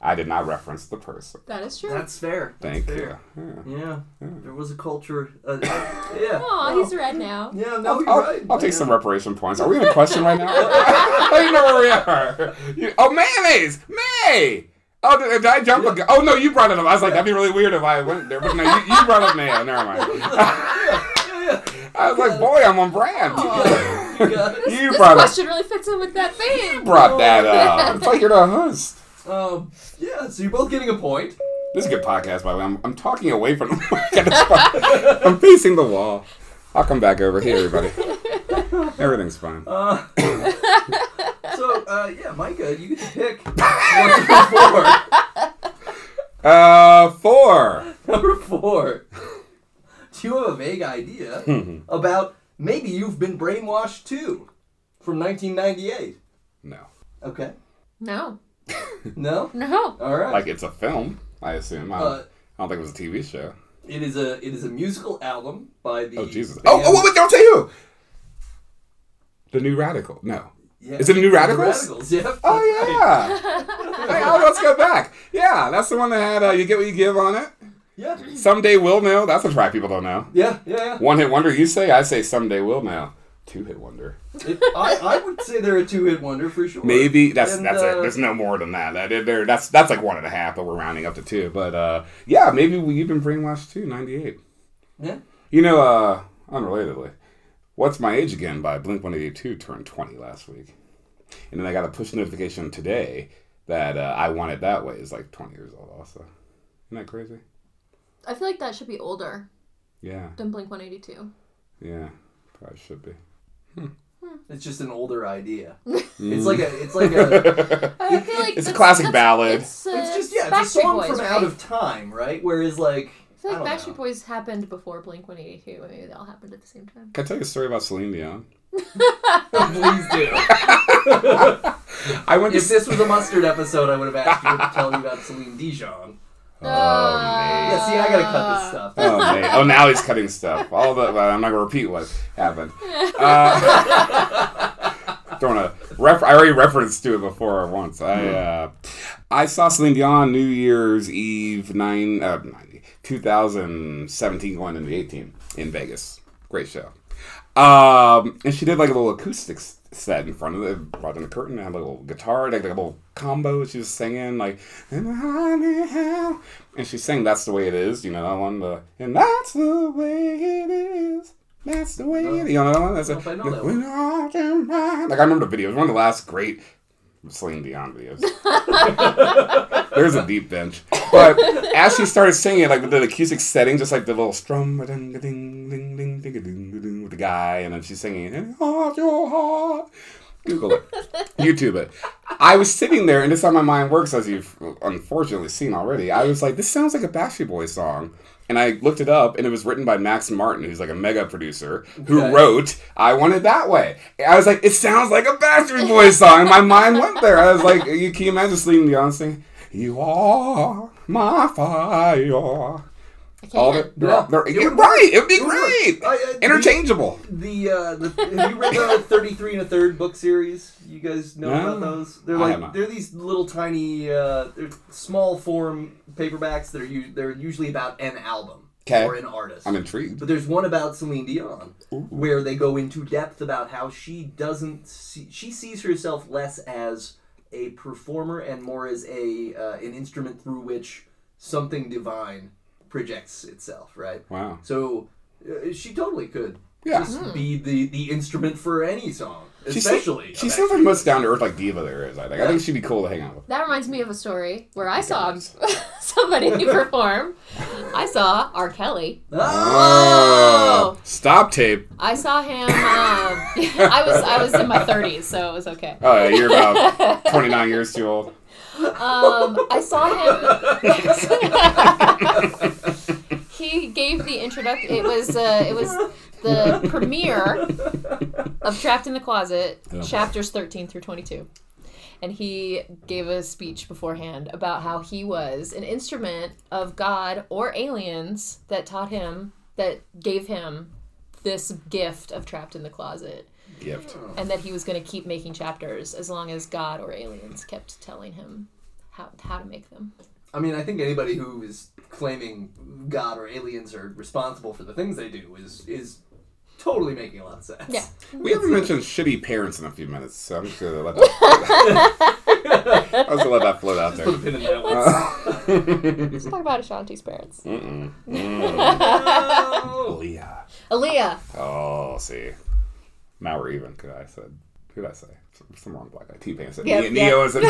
[SPEAKER 2] i did not reference the person
[SPEAKER 1] That is true.
[SPEAKER 3] That's fair. That's
[SPEAKER 2] thank
[SPEAKER 3] fair.
[SPEAKER 2] you Yeah.
[SPEAKER 3] you. Yeah, there was a culture. Uh, yeah.
[SPEAKER 1] Aw,
[SPEAKER 3] No.
[SPEAKER 1] he's red now.
[SPEAKER 3] Yeah, no,
[SPEAKER 2] I'll,
[SPEAKER 3] you're
[SPEAKER 2] I'll-
[SPEAKER 3] right.
[SPEAKER 2] I'll take
[SPEAKER 3] Yeah.
[SPEAKER 2] some reparation points. Are we in a question right now? I don't even know where we are. You- oh, mayonnaise! May! Oh, did, did I jump? a gu- oh, no, you brought it up. I was like, that'd be really weird if I went there. But no, you, you brought up mayo. Never mind.
[SPEAKER 3] Yeah,
[SPEAKER 2] I was like, boy, I'm on brand.
[SPEAKER 3] yeah. You got it.
[SPEAKER 2] you
[SPEAKER 1] this
[SPEAKER 2] brought, up,
[SPEAKER 1] question really fits in with that theme.
[SPEAKER 2] brought that up. It's like you're the host.
[SPEAKER 3] Um, yeah, so you're both getting a point.
[SPEAKER 2] This is a good podcast, by the way. I'm, I'm talking away from the mic. I'm facing the wall. I'll come back over. Hey, everybody. Everything's fine.
[SPEAKER 3] Uh, so, uh, yeah, Micah, you get to pick one through four.
[SPEAKER 2] Uh, four.
[SPEAKER 3] Number four. Do you have a vague idea about maybe you've been brainwashed too from 1998?
[SPEAKER 2] No.
[SPEAKER 3] Okay.
[SPEAKER 1] No,
[SPEAKER 3] No?
[SPEAKER 1] no.
[SPEAKER 3] All right.
[SPEAKER 2] Like it's a film, I assume. I don't,
[SPEAKER 3] Uh,
[SPEAKER 2] I don't think it was a TV show.
[SPEAKER 3] it is a it is a musical album by the
[SPEAKER 2] Oh Jesus!
[SPEAKER 3] band-
[SPEAKER 2] Oh, oh, wait, wait, don't tell you. The New Radical. No.
[SPEAKER 3] Yeah.
[SPEAKER 2] Is it New Radicals?
[SPEAKER 3] The Radicals, yep.
[SPEAKER 2] Oh yeah. hey, oh, let's go back. Yeah, that's the one that had uh, "You Get What You Give" on it.
[SPEAKER 3] Yeah. Yeah,
[SPEAKER 2] Someday we'll know. That's a track people don't know.
[SPEAKER 3] yeah, yeah.
[SPEAKER 2] One hit wonder. You say? I say. Someday we'll know. Two hit wonder.
[SPEAKER 3] It- I, I would say they're a two hit wonder for sure.
[SPEAKER 2] Maybe that's
[SPEAKER 3] And,
[SPEAKER 2] that's
[SPEAKER 3] uh,
[SPEAKER 2] it. There's no more than that. That it- there. That's that's like one and a half, but we're rounding up to two. But uh, yeah, maybe we, you've been brainwashed too. Ninety eight.
[SPEAKER 3] Yeah.
[SPEAKER 2] You know, uh, unrelatedly, What's My Age Again by Blink 182 turned 20 last week. And then I got a push notification today that uh, I Want It That Way is like 20 years old, also. Isn't that crazy?
[SPEAKER 1] I feel like that should be older
[SPEAKER 2] Yeah,
[SPEAKER 1] than Blink 182.
[SPEAKER 2] yeah. Probably should be.
[SPEAKER 3] It's just an older idea.
[SPEAKER 2] Mm.
[SPEAKER 3] It's like a it's like a
[SPEAKER 1] I feel like
[SPEAKER 2] It's a
[SPEAKER 1] that's-
[SPEAKER 2] classic
[SPEAKER 1] that's-
[SPEAKER 2] ballad.
[SPEAKER 1] It's, uh,
[SPEAKER 3] It's just yeah, it's a
[SPEAKER 1] Backstreet
[SPEAKER 3] song
[SPEAKER 1] Boys,
[SPEAKER 3] from
[SPEAKER 1] right?
[SPEAKER 3] out of time, right? Whereas like
[SPEAKER 1] I feel like
[SPEAKER 3] I don't
[SPEAKER 1] Backstreet
[SPEAKER 3] know.
[SPEAKER 1] Boys happened before Blink 182. Maybe they all happened at the same time.
[SPEAKER 2] Can I tell you a story about Celine Dion?
[SPEAKER 3] Please do.
[SPEAKER 2] I went to.
[SPEAKER 3] if this was a mustard episode, I would have asked you to tell you about Celine Dijon.
[SPEAKER 2] Oh,
[SPEAKER 3] Yeah, see, I gotta cut
[SPEAKER 1] Uh,
[SPEAKER 3] this stuff.
[SPEAKER 2] Oh, man. oh, now he's cutting stuff. All the well, I'm not gonna repeat what happened. Uh, throwing a ref. I already referenced to it before once. I uh, I saw Celine Dion New Year's Eve nine uh, 90, 2017 going into 18 in Vegas. Great show. Um, and she did like a little acoustics set in front of the brought in the curtain and had a little guitar, like, like a little combo. She was singing like and honey how and she sang that's the way it is, you know that one the and that's the way it is. That's the way it is. You know that one? That's
[SPEAKER 3] don't know if Oh. I know
[SPEAKER 2] it.
[SPEAKER 3] that
[SPEAKER 2] When all your mind- Like I remember the video. It was one of the last great Celine Dion videos. There's a deep bench. But as she started singing it, like with the acoustic setting, just like the little strum ding ding ding ding ding ding ding with the guy, and then she's singing and heart your heart. Google it. YouTube it. I was sitting there, and this is how my mind works, as you've unfortunately seen already. I was like, this sounds like a Backstreet Boys song. And I looked it up, and it was written by Max Martin, who's like a mega producer, who
[SPEAKER 3] Okay.
[SPEAKER 2] wrote I Want It That Way. And I was like, it sounds like a Backstreet Boys song. And my mind went there. I was like, you can you imagine Celine Dion singing, You are my fire.
[SPEAKER 1] I can't.
[SPEAKER 2] All the, they're,
[SPEAKER 3] Yeah.
[SPEAKER 2] they're,
[SPEAKER 3] It would
[SPEAKER 2] right. It would be
[SPEAKER 3] It would.
[SPEAKER 2] great.
[SPEAKER 3] I- I-
[SPEAKER 2] Interchangeable.
[SPEAKER 3] The, uh, the have you read the thirty three and a third book series? You guys know
[SPEAKER 2] No,
[SPEAKER 3] about those? They're
[SPEAKER 2] I
[SPEAKER 3] like
[SPEAKER 2] have not.
[SPEAKER 3] they're these little tiny, uh, they're small form paperbacks that are u- they're usually about an album
[SPEAKER 2] 'Kay.
[SPEAKER 3] or an artist.
[SPEAKER 2] I'm intrigued.
[SPEAKER 3] But there's one about Celine Dion
[SPEAKER 2] Ooh.
[SPEAKER 3] where they go into depth about how she doesn't see, she sees herself less as a performer and more as a uh, an instrument through which something divine projects itself, right?
[SPEAKER 2] Wow.
[SPEAKER 3] So uh, she totally could
[SPEAKER 2] Yeah.
[SPEAKER 3] just be the the instrument for any song,
[SPEAKER 2] She sounds-
[SPEAKER 3] especially.
[SPEAKER 2] She sounds like the most down to earth like diva there is. I think. I think she'd be cool to hang out with.
[SPEAKER 1] That reminds me of a story where I saw somebody perform. I saw R. Kelly.
[SPEAKER 3] Ah!
[SPEAKER 1] Oh.
[SPEAKER 2] Stop tape.
[SPEAKER 1] I saw him. Um, I was I was in my 30s, so it was okay.
[SPEAKER 2] Oh, yeah, you're about 29 years too old.
[SPEAKER 1] Um, I saw him. he gave the introduction. It was uh, it was the premiere of Trapped in the Closet,
[SPEAKER 2] Yeah.
[SPEAKER 1] chapters thirteen through twenty-two, and he gave a speech beforehand about how he was an instrument of God or aliens that taught him that gave him this gift of Trapped in the Closet
[SPEAKER 2] Gift.
[SPEAKER 1] and that he was going to keep making chapters as long as God or aliens kept telling him how, how to make them.
[SPEAKER 3] I mean, I think anybody who is claiming God or aliens are responsible for the things they do is is totally making a lot of sense.
[SPEAKER 1] Yeah.
[SPEAKER 2] We haven't mentioned shitty parents in a few minutes, so I'm just gonna let that. I was gonna let that float out
[SPEAKER 3] Put a
[SPEAKER 2] there.
[SPEAKER 3] pin in that one.
[SPEAKER 1] Let's talk about Ashanti's parents.
[SPEAKER 2] Mm-mm. Mm.
[SPEAKER 3] No.
[SPEAKER 2] Leah.
[SPEAKER 1] Aaliyah.
[SPEAKER 2] Oh, see. Now we're even. Could I said? Who did I say? Some- Some wrong black guy. T Pain said.
[SPEAKER 1] Yep,
[SPEAKER 2] Ne-
[SPEAKER 1] yep.
[SPEAKER 2] Neo is a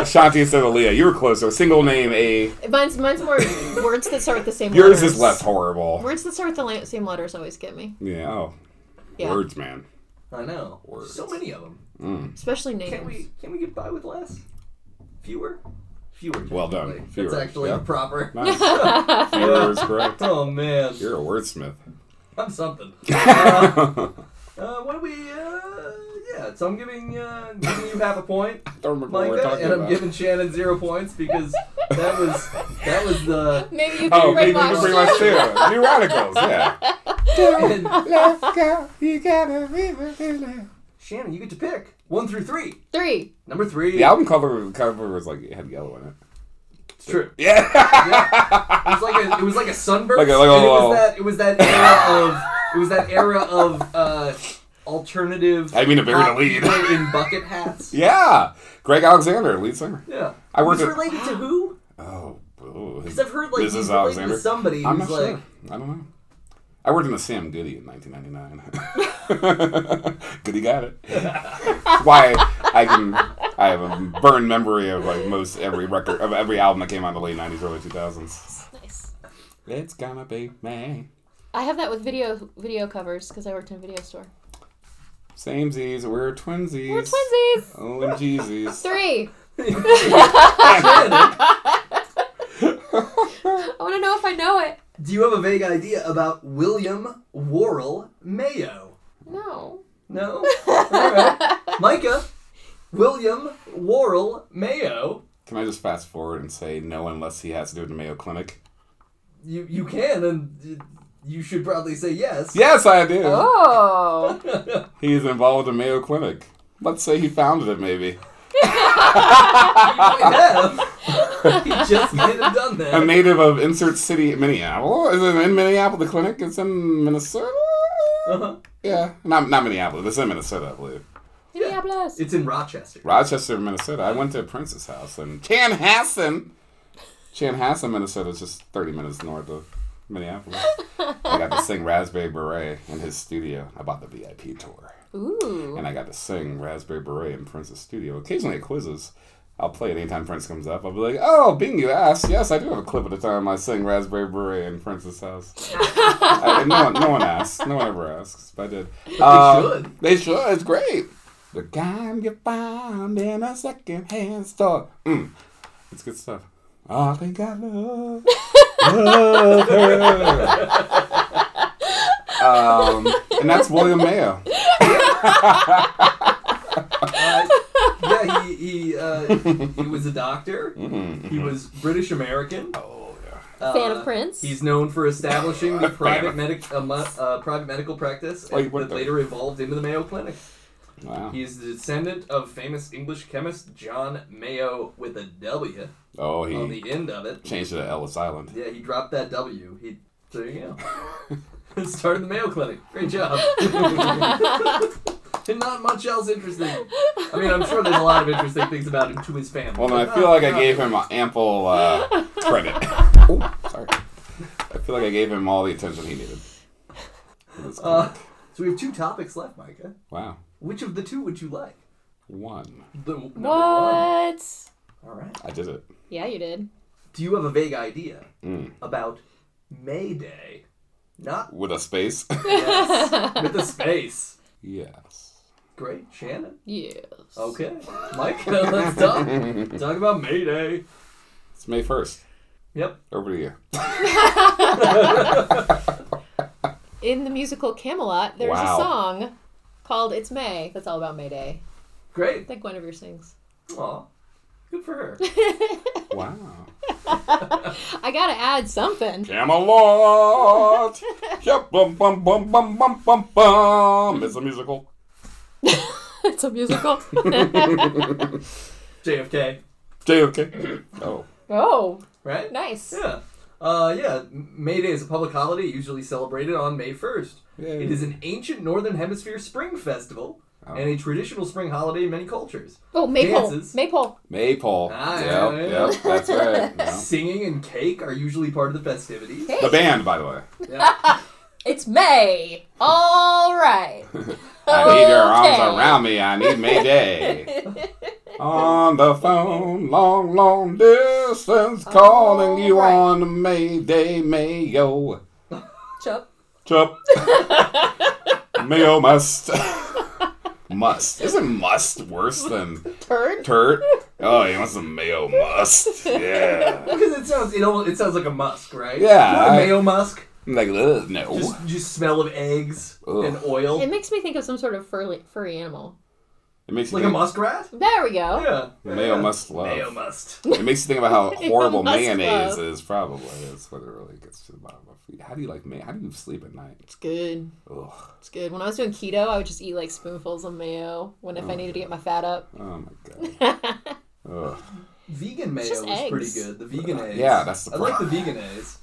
[SPEAKER 2] Ashanti instead of Leah. You were closer. Single name A.
[SPEAKER 1] Mine's, mine's more words that start with the same
[SPEAKER 2] Yours
[SPEAKER 1] letters.
[SPEAKER 2] is less horrible.
[SPEAKER 1] Words that start with the la- same letters always get me.
[SPEAKER 2] Yeah. Oh.
[SPEAKER 1] Yeah.
[SPEAKER 2] Words, man. Mm,
[SPEAKER 3] I know.
[SPEAKER 2] Words.
[SPEAKER 3] So many of them.
[SPEAKER 1] Especially names.
[SPEAKER 3] Can we can we get by with less? Fewer. Fewer.
[SPEAKER 2] Well done.
[SPEAKER 3] technically.
[SPEAKER 2] Fewer,
[SPEAKER 3] That's actually
[SPEAKER 2] yeah.
[SPEAKER 3] the proper.
[SPEAKER 2] Nice. Fewer is correct.
[SPEAKER 3] Oh man,
[SPEAKER 2] You're a wordsmith.
[SPEAKER 3] I'm something. Uh, Uh, what do we? Uh, yeah, so I'm giving uh, giving you half a point,
[SPEAKER 2] Don't remember what we're
[SPEAKER 3] Micah,
[SPEAKER 2] talking
[SPEAKER 3] and I'm
[SPEAKER 2] about.
[SPEAKER 3] giving Shannon zero points because that was that was the.
[SPEAKER 1] Maybe you can
[SPEAKER 2] Oh, maybe we
[SPEAKER 1] brainwash.
[SPEAKER 2] can bring my too. New radicals, yeah.
[SPEAKER 3] And
[SPEAKER 2] Let's go. You gotta be the villain.
[SPEAKER 3] Shannon, you get to pick one through three.
[SPEAKER 1] Three.
[SPEAKER 3] Number three.
[SPEAKER 2] The album cover cover was like it had yellow in it.
[SPEAKER 3] It's true.
[SPEAKER 2] Yeah.
[SPEAKER 3] It was like a, it was like a sunburst.
[SPEAKER 2] Like a- like a
[SPEAKER 3] and it
[SPEAKER 2] little- uh,
[SPEAKER 3] was that it was that era of it was that era of uh, alternative.
[SPEAKER 2] I mean, to bury the
[SPEAKER 3] pop
[SPEAKER 2] lead.
[SPEAKER 3] people in bucket hats.
[SPEAKER 2] yeah. Greg Alexander, lead singer.
[SPEAKER 3] Yeah.
[SPEAKER 2] I worked
[SPEAKER 3] He's
[SPEAKER 2] at
[SPEAKER 3] related to who?
[SPEAKER 2] Oh, ooh, his-
[SPEAKER 3] Because I've heard like
[SPEAKER 2] Mrs.
[SPEAKER 3] he's related
[SPEAKER 2] Alexander.
[SPEAKER 3] to somebody
[SPEAKER 2] I'm
[SPEAKER 3] who's
[SPEAKER 2] not
[SPEAKER 3] like.
[SPEAKER 2] sure. I don't know. I worked in the Sam Goody in 1999. Goody got it. Why I can I have a burned memory of like most every record of every album that came out in the late 90s, early 2000s.
[SPEAKER 1] Nice.
[SPEAKER 2] It's gonna be me.
[SPEAKER 1] I have that with video video covers because I worked in a video store.
[SPEAKER 2] Same Z's, we're twinsies.
[SPEAKER 1] We're twinsies.
[SPEAKER 2] OMG's.
[SPEAKER 1] Three.
[SPEAKER 3] Shannon,
[SPEAKER 1] I want to know if I know it.
[SPEAKER 3] do you have a vague idea about William Worrell Mayo?
[SPEAKER 1] No.
[SPEAKER 3] No? Alright. Micah, William Worrell Mayo.
[SPEAKER 2] Can I just fast forward and say no unless he has to do with the Mayo Clinic?
[SPEAKER 3] You, you can, and you- you should probably say yes.
[SPEAKER 2] Yes, I do.
[SPEAKER 1] Oh.
[SPEAKER 2] He is involved in Mayo Clinic. Let's say he founded it, maybe.
[SPEAKER 3] he just might have done that.
[SPEAKER 2] A native of insert city, Minneapolis. Is it in Minneapolis? The clinic. It's in Minnesota.
[SPEAKER 3] Uh-huh.
[SPEAKER 2] Yeah, not not Minneapolis. It's in Minnesota, I believe.
[SPEAKER 1] Minneapolis.
[SPEAKER 3] It's in Rochester.
[SPEAKER 2] Rochester, Minnesota. I went to Prince's house in Chanhassen. Chanhassen, Minnesota is just 30 minutes north of Minneapolis. I got to sing Raspberry Beret in his studio. I bought the VIP tour.
[SPEAKER 1] Ooh.
[SPEAKER 2] And I got to sing Raspberry Beret in Prince's studio. Occasionally at quizzes, I'll play it anytime Prince comes up. I'll be like, oh, being you asked, yes, I do have a clip at the time I sing Raspberry Beret in Prince's house. I, and no, one, no one asks. No one ever asks, but I did. They
[SPEAKER 3] should.
[SPEAKER 2] They should. It's great. The kind you find in a secondhand store. Mm. It's good stuff. Oh, I think I love, love her. Um, and that's William Mayo.
[SPEAKER 3] Uh, yeah,
[SPEAKER 2] Hmm.
[SPEAKER 3] he he, uh, he was a doctor. He was British American.
[SPEAKER 2] Oh yeah.
[SPEAKER 1] Fan
[SPEAKER 3] Uh,
[SPEAKER 1] of Prince.
[SPEAKER 3] He's known for establishing the
[SPEAKER 2] Bam.
[SPEAKER 3] private medic, uh, mu- uh, private medical practice
[SPEAKER 2] Wait,
[SPEAKER 3] and
[SPEAKER 2] what
[SPEAKER 3] that
[SPEAKER 2] the-
[SPEAKER 3] later evolved into the Mayo Clinic.
[SPEAKER 2] Wow.
[SPEAKER 3] He is the descendant of famous English chemist John Mayo with a W
[SPEAKER 2] Oh,
[SPEAKER 3] on
[SPEAKER 2] he
[SPEAKER 3] the end of it.
[SPEAKER 2] changed it to Ellis Island.
[SPEAKER 3] Yeah, he dropped that W. He there you go. Started the Mayo Clinic. Great job. and not much else interesting. I mean, I'm sure there's a lot of interesting things about him to his family.
[SPEAKER 2] Well, then
[SPEAKER 3] but uh,
[SPEAKER 2] I feel
[SPEAKER 3] not-
[SPEAKER 2] like
[SPEAKER 3] not-
[SPEAKER 2] I gave him ample uh, credit. oh, sorry. I feel like I gave him all the attention he needed. That's
[SPEAKER 3] Uh, so we have two topics left, Micah.
[SPEAKER 2] wow.
[SPEAKER 3] Which of the two would you like?
[SPEAKER 2] One.
[SPEAKER 3] The number
[SPEAKER 1] what?
[SPEAKER 3] one. All right.
[SPEAKER 2] I did it.
[SPEAKER 1] Yeah, you did.
[SPEAKER 3] Do you have a vague idea
[SPEAKER 2] Mm.
[SPEAKER 3] about May Day? Not
[SPEAKER 2] With a space?
[SPEAKER 3] yes, with the space.
[SPEAKER 2] yes.
[SPEAKER 3] Great, Shannon.
[SPEAKER 1] Yes.
[SPEAKER 2] Oh.
[SPEAKER 3] Okay, Mike. Let's talk. talk about May Day.
[SPEAKER 2] It's May 1st.
[SPEAKER 3] Yep.
[SPEAKER 2] Over to you.
[SPEAKER 1] In the musical Camelot, there's
[SPEAKER 2] Wow.
[SPEAKER 1] a song called "It's May" that's all about May Day.
[SPEAKER 3] Great.
[SPEAKER 1] That Guinevere sings.
[SPEAKER 3] Aw, good for her.
[SPEAKER 2] Wow.
[SPEAKER 1] I gotta add something.
[SPEAKER 2] Camelot! Yep, bum, bum, bum, bum, bum, bum, bum. It's a musical.
[SPEAKER 1] it's a musical.
[SPEAKER 3] JFK,
[SPEAKER 2] JFK. Oh.
[SPEAKER 1] oh,
[SPEAKER 3] right?
[SPEAKER 1] nice.
[SPEAKER 3] Yeah. Uh, yeah. May Day is a public holiday usually celebrated on May 1st.
[SPEAKER 2] Yay.
[SPEAKER 3] It is an ancient Northern Hemisphere spring festival and a traditional spring holiday in many cultures.
[SPEAKER 1] Oh, maypole.
[SPEAKER 3] Dances.
[SPEAKER 1] Maypole.
[SPEAKER 2] Maypole.
[SPEAKER 3] Ah,
[SPEAKER 2] yep,
[SPEAKER 3] yeah.
[SPEAKER 2] yep, that's right. Yeah.
[SPEAKER 3] Singing and cake are usually part of the festivities.
[SPEAKER 2] The band, by the way.
[SPEAKER 3] Yeah.
[SPEAKER 1] It's May. All right.
[SPEAKER 2] I need your arms
[SPEAKER 1] Okay.
[SPEAKER 2] around me. I need Mayday. on the phone, long, long distance, calling you
[SPEAKER 1] Alright.
[SPEAKER 2] on Mayday, Mayo.
[SPEAKER 1] Chup.
[SPEAKER 2] Chup. Mayo must. must. Isn't must worse than
[SPEAKER 1] Turd.
[SPEAKER 2] turt? Oh, he wants some Mayo must. Yeah.
[SPEAKER 3] Because it sounds, it, almost, it sounds like a musk, right?
[SPEAKER 2] Yeah,
[SPEAKER 3] You know,
[SPEAKER 2] I-
[SPEAKER 3] mayo musk.
[SPEAKER 2] I'm like, ugh, no.
[SPEAKER 3] Just, just smell of eggs
[SPEAKER 2] Ugh.
[SPEAKER 3] and oil.
[SPEAKER 1] It makes me think of some sort of furry, furry animal.
[SPEAKER 2] it makes you
[SPEAKER 3] like a
[SPEAKER 2] think
[SPEAKER 3] muskrat?
[SPEAKER 1] There we go.
[SPEAKER 3] Yeah.
[SPEAKER 2] Mayo
[SPEAKER 3] Yeah.
[SPEAKER 2] must love.
[SPEAKER 3] Mayo must.
[SPEAKER 2] It makes you think about how horrible
[SPEAKER 1] Must
[SPEAKER 2] mayonnaise
[SPEAKER 1] love.
[SPEAKER 2] is. Probably that's what it really gets to the bottom of. How do you like may? How do you sleep at night?
[SPEAKER 1] It's good.
[SPEAKER 2] Ugh.
[SPEAKER 1] It's good. When I was doing keto, I would just eat like spoonfuls of mayo when if I needed to get my fat up.
[SPEAKER 2] Oh my god. Ugh.
[SPEAKER 3] Vegan mayo
[SPEAKER 1] just
[SPEAKER 3] is pretty
[SPEAKER 1] eggs.
[SPEAKER 3] good. The vegan eggs.
[SPEAKER 2] Yeah, that's the
[SPEAKER 3] I like the vegan eggs.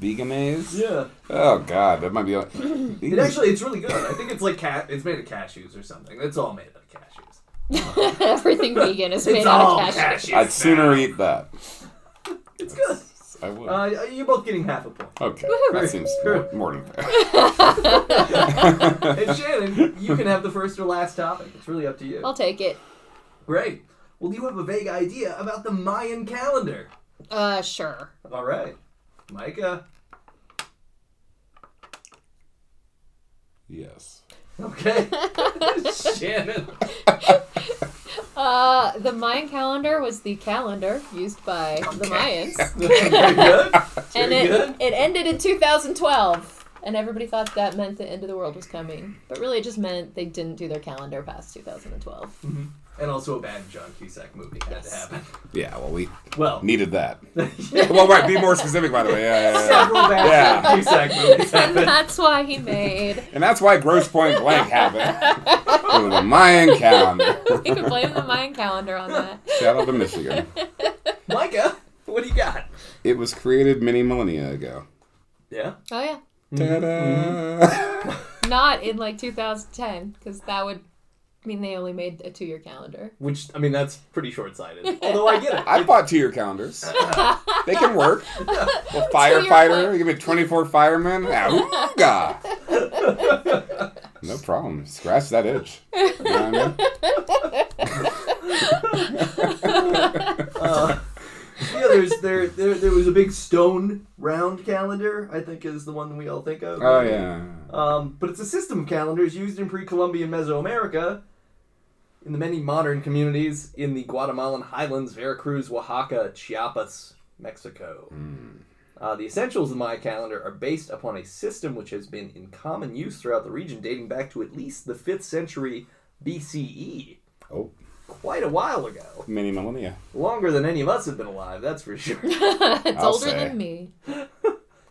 [SPEAKER 2] Veganaise.
[SPEAKER 3] Yeah.
[SPEAKER 2] Oh god, that might be. Like,
[SPEAKER 3] It actually, it's really good. I think it's like cat. It's made of cashews or something. It's all made out of cashews.
[SPEAKER 1] Everything vegan is made
[SPEAKER 3] Oh. it's
[SPEAKER 1] out
[SPEAKER 3] all
[SPEAKER 1] of cashew.
[SPEAKER 3] cashews.
[SPEAKER 2] I'd sooner
[SPEAKER 3] now.
[SPEAKER 2] eat that.
[SPEAKER 3] It's good.
[SPEAKER 2] I would.
[SPEAKER 3] Uh, you're both getting half a point.
[SPEAKER 2] okay, that seems more, more than fair.
[SPEAKER 3] And Shannon, you can have the first or last topic. It's really up to you.
[SPEAKER 1] I'll take it.
[SPEAKER 3] Great. Well, do you have a vague idea about the Mayan calendar?
[SPEAKER 1] Uh, sure.
[SPEAKER 3] All right, Micah.
[SPEAKER 2] Yes.
[SPEAKER 3] Okay. Shannon.
[SPEAKER 1] Uh, the Mayan calendar was the calendar used by the Mayans,
[SPEAKER 3] Very good.
[SPEAKER 1] and
[SPEAKER 3] Very
[SPEAKER 1] it
[SPEAKER 3] good.
[SPEAKER 1] it ended in 2012. And everybody thought that meant the end of the world was coming, but really it just meant they didn't do their calendar past 2012.
[SPEAKER 3] And also a bad John Cusack movie had to happen.
[SPEAKER 2] Yeah. Well, we
[SPEAKER 3] Well,
[SPEAKER 2] needed that. well, right. Be more specific, by the way. Yeah, yeah, yeah.
[SPEAKER 3] several bad
[SPEAKER 2] Yeah.
[SPEAKER 3] John Cusack movies
[SPEAKER 1] and
[SPEAKER 3] happened.
[SPEAKER 1] that's why he made.
[SPEAKER 2] And that's why Gross Point Blank happened. it was a Mayan calendar.
[SPEAKER 1] We could blame the Mayan calendar on that.
[SPEAKER 2] Shout out to Michigan.
[SPEAKER 3] Micah, what do you got?
[SPEAKER 2] It was created many millennia ago.
[SPEAKER 3] Yeah.
[SPEAKER 1] Oh yeah,
[SPEAKER 3] Mm-hmm.
[SPEAKER 2] Ta-da.
[SPEAKER 1] not in like 2010 because that would mean they only made a two-year calendar.
[SPEAKER 3] Which I mean, that's pretty short-sighted. Although I get it.
[SPEAKER 2] I bought two-year calendars. they can work. A
[SPEAKER 1] plan.
[SPEAKER 2] firefighter, you give me 24 firemen. Ahooga. No problem. Scratch that itch. You know what I mean?
[SPEAKER 3] Uh, yeah, there's there, there there was a big stone round calendar. I think is the one we all think of.
[SPEAKER 2] Oh, yeah.
[SPEAKER 3] Um, but it's a system of calendars used in pre-Columbian Mesoamerica, in the many modern communities in the Guatemalan highlands, Veracruz, Oaxaca, Chiapas, Mexico. Uh, the essentials of the Maya calendar are based upon a system which has been in common use throughout the region, dating back to at least the fifth century BCE.
[SPEAKER 2] Oh,
[SPEAKER 3] E. quite a while ago.
[SPEAKER 2] Many millennia.
[SPEAKER 3] Longer than any of us have been alive, that's for sure.
[SPEAKER 1] it's
[SPEAKER 2] I'll
[SPEAKER 1] older
[SPEAKER 2] say.
[SPEAKER 1] than me.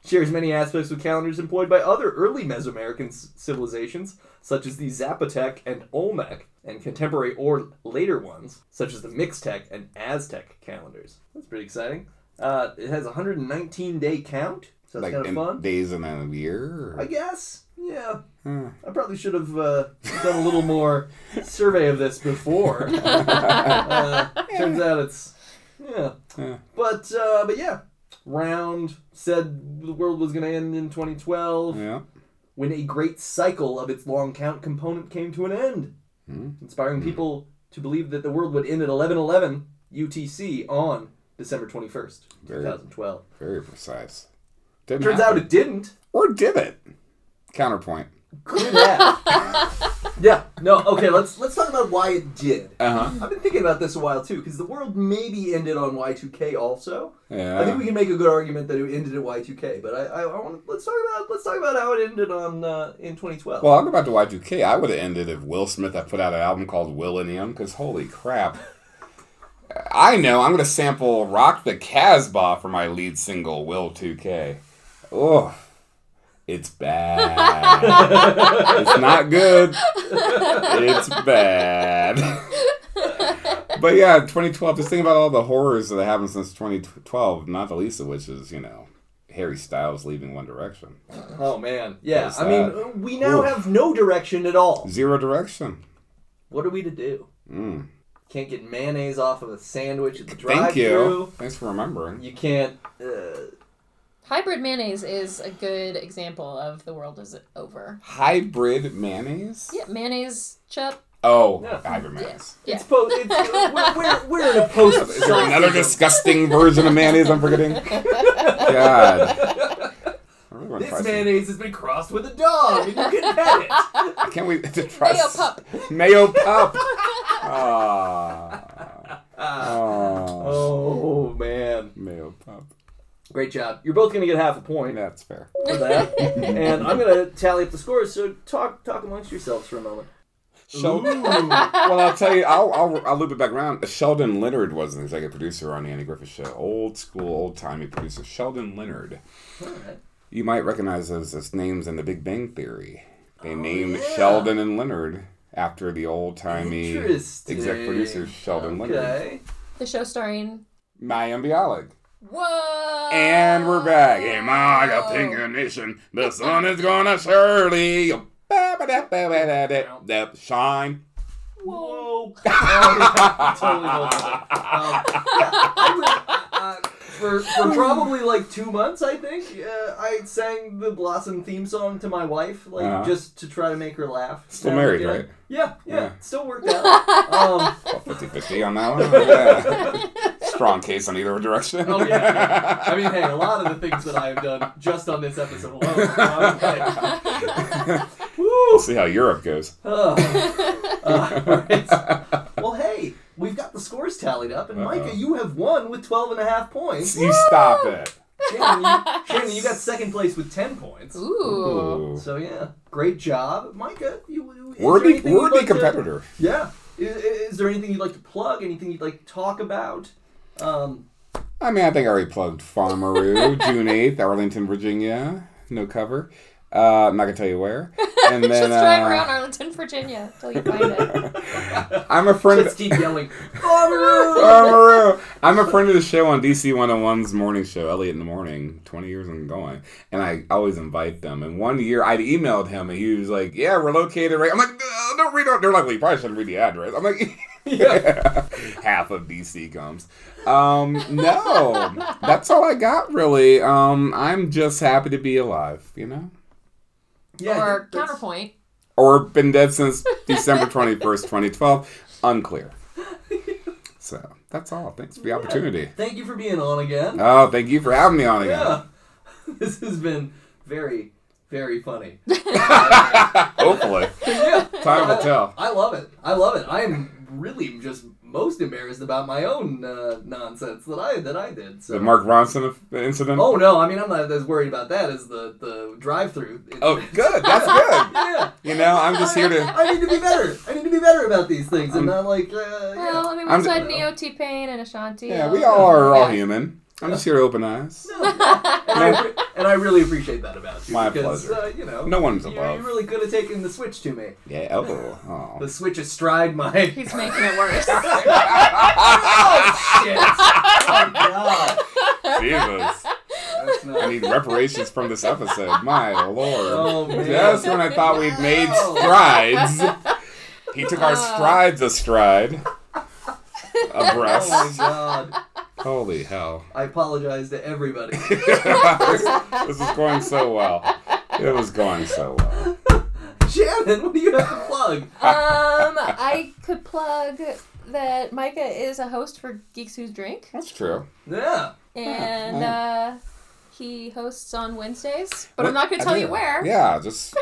[SPEAKER 3] shares many aspects with calendars employed by other early Mesoamerican s- civilizations, such as the Zapotec and Olmec, and contemporary or later ones, such as the Mixtec and Aztec calendars. That's pretty exciting. Uh, it has a 119 day count, so that's
[SPEAKER 2] like
[SPEAKER 3] kind of
[SPEAKER 2] in
[SPEAKER 3] fun.
[SPEAKER 2] days in a year.
[SPEAKER 3] I
[SPEAKER 2] Or...
[SPEAKER 3] guess. Yeah.
[SPEAKER 2] Huh.
[SPEAKER 3] I probably should have uh, done a little more survey of this before. uh, turns out it's yeah.
[SPEAKER 2] Yeah.
[SPEAKER 3] But uh, but yeah, round said the world was going to end in 2012
[SPEAKER 2] Yeah.
[SPEAKER 3] when a great cycle of its long count component came to an end,
[SPEAKER 2] Hmm.
[SPEAKER 3] inspiring people to believe that the world would end at 11:11 UTC on December 21st,
[SPEAKER 2] Very-
[SPEAKER 3] 2012.
[SPEAKER 2] Very precise. Didn't
[SPEAKER 3] Turns out
[SPEAKER 2] happen.
[SPEAKER 3] it didn't.
[SPEAKER 2] or did it? Counterpoint.
[SPEAKER 3] Could have. yeah. No. Okay. Let's let's talk about why it did.
[SPEAKER 2] Uh huh.
[SPEAKER 3] I've been thinking about this a while too, because the world maybe ended on Y2K also.
[SPEAKER 2] Yeah.
[SPEAKER 3] I think we can make a good argument that it ended at Y2K, but I, I, I want to let's talk about let's talk about how it ended on uh, in 2012.
[SPEAKER 2] Well, I'm about to Y2K. I would have ended if Will Smith had put out an album called Will and Him, because holy crap. I know, I'm going to sample Rock the Casbah for my lead single, Will 2K. Oh, it's bad. it's not good. It's bad. but yeah, 2012, just think about all the horrors that happened since 2012, not the least of which is, you know, Harry Styles leaving One Direction.
[SPEAKER 3] oh man, yeah.
[SPEAKER 2] There's
[SPEAKER 3] I mean,
[SPEAKER 2] that.
[SPEAKER 3] uh, we now
[SPEAKER 2] Oof.
[SPEAKER 3] have no direction at all.
[SPEAKER 2] Zero Direction.
[SPEAKER 3] What are we to do?
[SPEAKER 2] Mm.
[SPEAKER 3] Can't get mayonnaise off of a sandwich at the
[SPEAKER 2] Thank
[SPEAKER 3] drive-through.
[SPEAKER 2] you. Thanks for remembering.
[SPEAKER 3] You can't. Uh,
[SPEAKER 1] Hybrid mayonnaise is a good example of the world is over.
[SPEAKER 2] Hybrid mayonnaise?
[SPEAKER 1] Yeah, mayonnaise chup.
[SPEAKER 2] Oh,
[SPEAKER 3] Yeah.
[SPEAKER 2] hybrid mayonnaise.
[SPEAKER 1] Yeah.
[SPEAKER 3] It's po- it's, uh, we're, we're, we're in a
[SPEAKER 2] Is there another
[SPEAKER 3] post.
[SPEAKER 2] disgusting version of mayonnaise I'm forgetting? God. I really want to try
[SPEAKER 3] This
[SPEAKER 2] some-
[SPEAKER 3] mayonnaise has been crossed with a dog, and you can pet it.
[SPEAKER 2] Can't wait to try
[SPEAKER 1] Mayo
[SPEAKER 2] s-
[SPEAKER 1] pup.
[SPEAKER 2] Mayo pup. Ah. Ah.
[SPEAKER 3] Oh man.
[SPEAKER 2] Mayo pup.
[SPEAKER 3] Great job. You're both gonna get half a point
[SPEAKER 2] That's fair.
[SPEAKER 3] for that. and I'm gonna tally up the scores, so talk talk amongst yourselves for a moment.
[SPEAKER 2] Sheldon. well, I'll tell you, I'll, I'll, I'll loop it back around. Sheldon Leonard was an executive producer on the Andy Griffith Show. Old school, old timey producer. Sheldon Leonard.
[SPEAKER 3] Alright.
[SPEAKER 2] You might recognize those as names in The Big Bang Theory. They named
[SPEAKER 3] yeah.
[SPEAKER 2] Sheldon and Leonard after the old timey
[SPEAKER 3] Interesting.
[SPEAKER 2] exec producer Sheldon Leonard.
[SPEAKER 3] Okay.
[SPEAKER 1] The show starring.
[SPEAKER 2] Mayim Bialik.
[SPEAKER 1] Whoa!
[SPEAKER 2] And we're back. Am I a finger nation? The sun is gonna surely ba-ba-da-ba-ba-da-da-da, shine.
[SPEAKER 1] Whoa.
[SPEAKER 3] Whoa. Oh, totally lost it. Um, yeah, I would, uh, for, for probably like two months, I think, uh, I sang the Blossom theme song to my wife, like
[SPEAKER 2] Uh-huh.
[SPEAKER 3] just to try to make her laugh.
[SPEAKER 2] Still
[SPEAKER 3] now and
[SPEAKER 2] married,
[SPEAKER 3] again.
[SPEAKER 2] right?
[SPEAKER 3] Yeah, yeah,
[SPEAKER 2] Yeah.
[SPEAKER 3] still worked out. Um,
[SPEAKER 2] 50 50 on that one. Yeah. Strong case on either direction.
[SPEAKER 3] Oh, yeah. I mean, hey, a lot of the things that I have done just on this episode alone. I'm like, woo.
[SPEAKER 2] See how Europe goes.
[SPEAKER 3] Ugh. Alright. Well, hey, we've got the scores tallied up, and Micah,
[SPEAKER 2] Uh-oh.
[SPEAKER 3] you have won with 12 and a half points.
[SPEAKER 2] Uh-huh. You stop it.
[SPEAKER 3] Shannon, you, Shannon, you got second place with 10 points.
[SPEAKER 1] Ooh.
[SPEAKER 2] Ooh.
[SPEAKER 3] So, yeah, great job. Micah, you, you, is there
[SPEAKER 2] Worthy,
[SPEAKER 3] anything you'd
[SPEAKER 2] worthy
[SPEAKER 3] like to-
[SPEAKER 2] competitor.
[SPEAKER 3] yeah. Is, is there anything you'd like to plug? Anything you'd like to talk about? Um,
[SPEAKER 2] I mean, I think I already plugged Farmeroo, June 8th, Arlington, Virginia. No cover. Uh, I'm not going to tell you where. And then
[SPEAKER 1] Just drive
[SPEAKER 2] uh,
[SPEAKER 1] around Arlington, Virginia, till you find it.
[SPEAKER 2] I'm a friend
[SPEAKER 3] let's keep yelling. Farmer!
[SPEAKER 2] Farmeroo. I'm a friend of the show on DC 101's morning show, Elliot in the Morning, 20 years and going. And I always invite them. And one year I'd emailed him and he was like, Yeah, we're located right. I'm like, "Uh, Don't read it. They're like, Well, you probably shouldn't read the address. I'm like, Yeah. Half of DC comes. Um, no, that's all I got really. Um, I'm just happy to be alive, you know?
[SPEAKER 1] or
[SPEAKER 3] that's-
[SPEAKER 1] counterpoint.
[SPEAKER 2] or been dead since December 21st, 2012. Unclear. So that's all. Thanks for the opportunity.
[SPEAKER 3] Thank you for being on again.
[SPEAKER 2] Oh, thank you for having me on again.
[SPEAKER 3] yeah. This has been very, very funny.
[SPEAKER 2] Hopefully.
[SPEAKER 3] yeah.
[SPEAKER 2] Time will tell.
[SPEAKER 3] I love it. I love it. I am really just most embarrassed about my own uh, nonsense that I that I did. So.
[SPEAKER 2] The Mark Ronson incident.
[SPEAKER 3] Oh no, I mean I'm not as worried about that as the the drive-through.
[SPEAKER 2] Oh, good. That's good.
[SPEAKER 3] yeah.
[SPEAKER 2] You know, I'm just here to.
[SPEAKER 3] I need to be better. I need to be better about these things, and not like uh,
[SPEAKER 1] Well,
[SPEAKER 3] yeah.
[SPEAKER 1] I mean,
[SPEAKER 2] I'm-
[SPEAKER 1] we said Neo, E T Pain, and Ashanti.
[SPEAKER 2] Yeah,
[SPEAKER 1] and
[SPEAKER 2] we all are all
[SPEAKER 1] Yeah.
[SPEAKER 2] human. I'm just here to open eyes.
[SPEAKER 3] No, and, I, re- and I really appreciate that about you.
[SPEAKER 2] My
[SPEAKER 3] because,
[SPEAKER 2] pleasure.
[SPEAKER 3] Uh, you know,
[SPEAKER 2] No one's
[SPEAKER 3] you're,
[SPEAKER 2] above.
[SPEAKER 3] You're really good at taking the switch to me.
[SPEAKER 2] Yeah. Oh. oh.
[SPEAKER 3] The switch astride my.
[SPEAKER 1] He's making it worse.
[SPEAKER 3] oh shit! Oh god!
[SPEAKER 2] Jesus.
[SPEAKER 3] That's
[SPEAKER 2] I
[SPEAKER 3] not.
[SPEAKER 2] need reparations from this episode. My lord.
[SPEAKER 3] Oh, man.
[SPEAKER 2] Just when I thought we'd made
[SPEAKER 3] No.
[SPEAKER 2] strides, he took
[SPEAKER 3] Uh.
[SPEAKER 2] our strides astride.
[SPEAKER 3] Oh my
[SPEAKER 2] Abreast.
[SPEAKER 3] god!
[SPEAKER 2] Holy hell.
[SPEAKER 3] I apologize to everybody.
[SPEAKER 2] this, this is going so well. It was going so well.
[SPEAKER 3] Shannon, what do you have to plug?
[SPEAKER 1] um, I could plug that Micah is a host for Geeks Who Drink,
[SPEAKER 2] That's true.
[SPEAKER 3] Yeah.
[SPEAKER 2] Ah,
[SPEAKER 1] and uh, he hosts on Wednesdays. But I'm
[SPEAKER 2] What-
[SPEAKER 1] not going to tell
[SPEAKER 2] I
[SPEAKER 1] you
[SPEAKER 2] do.
[SPEAKER 1] where.
[SPEAKER 2] Yeah, just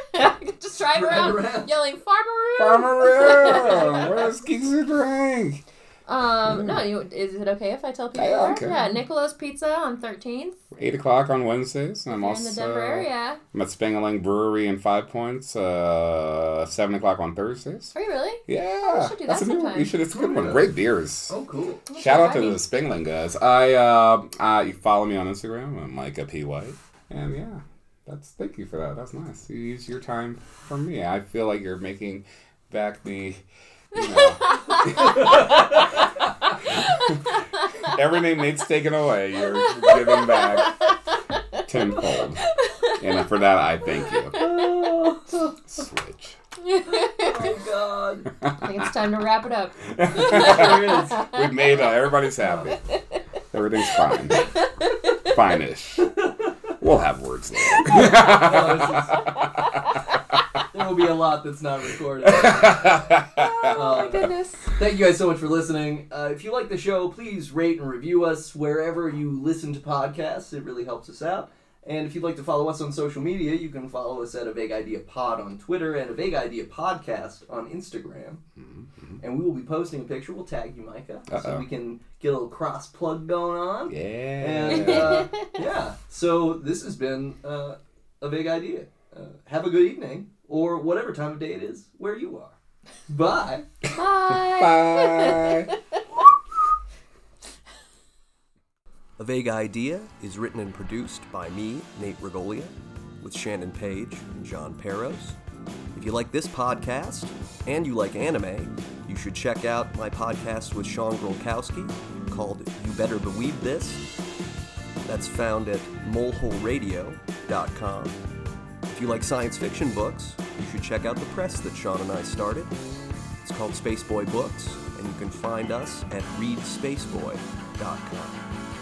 [SPEAKER 1] Just drive
[SPEAKER 3] Drive
[SPEAKER 1] around,
[SPEAKER 3] around.
[SPEAKER 1] yelling "Farmer Room."
[SPEAKER 2] Farmer Room. Where's Geeks and Drink?
[SPEAKER 1] Um, no, you, is it okay if I tell people?
[SPEAKER 2] Yeah,
[SPEAKER 1] where?
[SPEAKER 2] okay.
[SPEAKER 1] Yeah, Niccolo's Pizza on 13th.
[SPEAKER 2] Eight o'clock on Wednesdays. and I'm
[SPEAKER 1] Here in the
[SPEAKER 2] also
[SPEAKER 1] Denver area.
[SPEAKER 2] I'm at Spangaling Brewery in Five Points. Uh, seven o'clock on Thursdays.
[SPEAKER 1] Are you really?
[SPEAKER 2] Yeah,
[SPEAKER 1] we should do
[SPEAKER 2] that's
[SPEAKER 1] that
[SPEAKER 2] a new.
[SPEAKER 1] sometime.
[SPEAKER 2] You should. It's a good one.
[SPEAKER 3] Yeah.
[SPEAKER 2] Great beers.
[SPEAKER 3] Oh, cool.
[SPEAKER 1] I'm gonna
[SPEAKER 2] Shout out to
[SPEAKER 1] invite
[SPEAKER 2] the
[SPEAKER 1] you.
[SPEAKER 2] Spingling guys. I uh, uh, you follow me on Instagram. I'm Micah P White, and yeah, that's thank you for that. That's nice. You use your time for me. I feel like you're making back the. You know. Everything Nate's taken away, you're giving back tenfold, and for that I thank you.
[SPEAKER 3] Oh,
[SPEAKER 2] Switch.
[SPEAKER 3] oh god.
[SPEAKER 1] I think it's time to wrap it up.
[SPEAKER 3] There it is.
[SPEAKER 2] We've made uh, everybody's happy. Everything's fine. Fine-ish. We'll have words later.
[SPEAKER 3] Oh, this is- there will be a lot that's not recorded.
[SPEAKER 1] Oh my
[SPEAKER 3] Uh,
[SPEAKER 1] goodness.
[SPEAKER 3] Thank you guys so much for listening. Uh, if you like the show, please rate and review us wherever you listen to podcasts. It really helps us out. And if you'd like to follow us on social media, you can follow us at A Vague Idea Pod on Twitter and A Vague Idea Podcast on Instagram. And we will be posting a picture. We'll tag you, Micah, so
[SPEAKER 2] Uh-oh.
[SPEAKER 3] we can get a little cross plug going on.
[SPEAKER 2] yeah.
[SPEAKER 3] And uh, yeah, so this has been uh, a big idea. Uh, have a good evening, or whatever time of day it is where you are. Bye.
[SPEAKER 1] Bye.
[SPEAKER 2] Bye.
[SPEAKER 4] A Vague Idea is written and produced by me, Nate Regolia, with Shannon Page and John Peros. If you like this podcast and you like anime, you should check out my podcast with Sean Grolkowski called You Better Believe This. That's found at moleholeradio.com. If you like science fiction books, you should check out the press that Sean and I started. It's called Spaceboy Books, and you can find us at readspaceboy.com.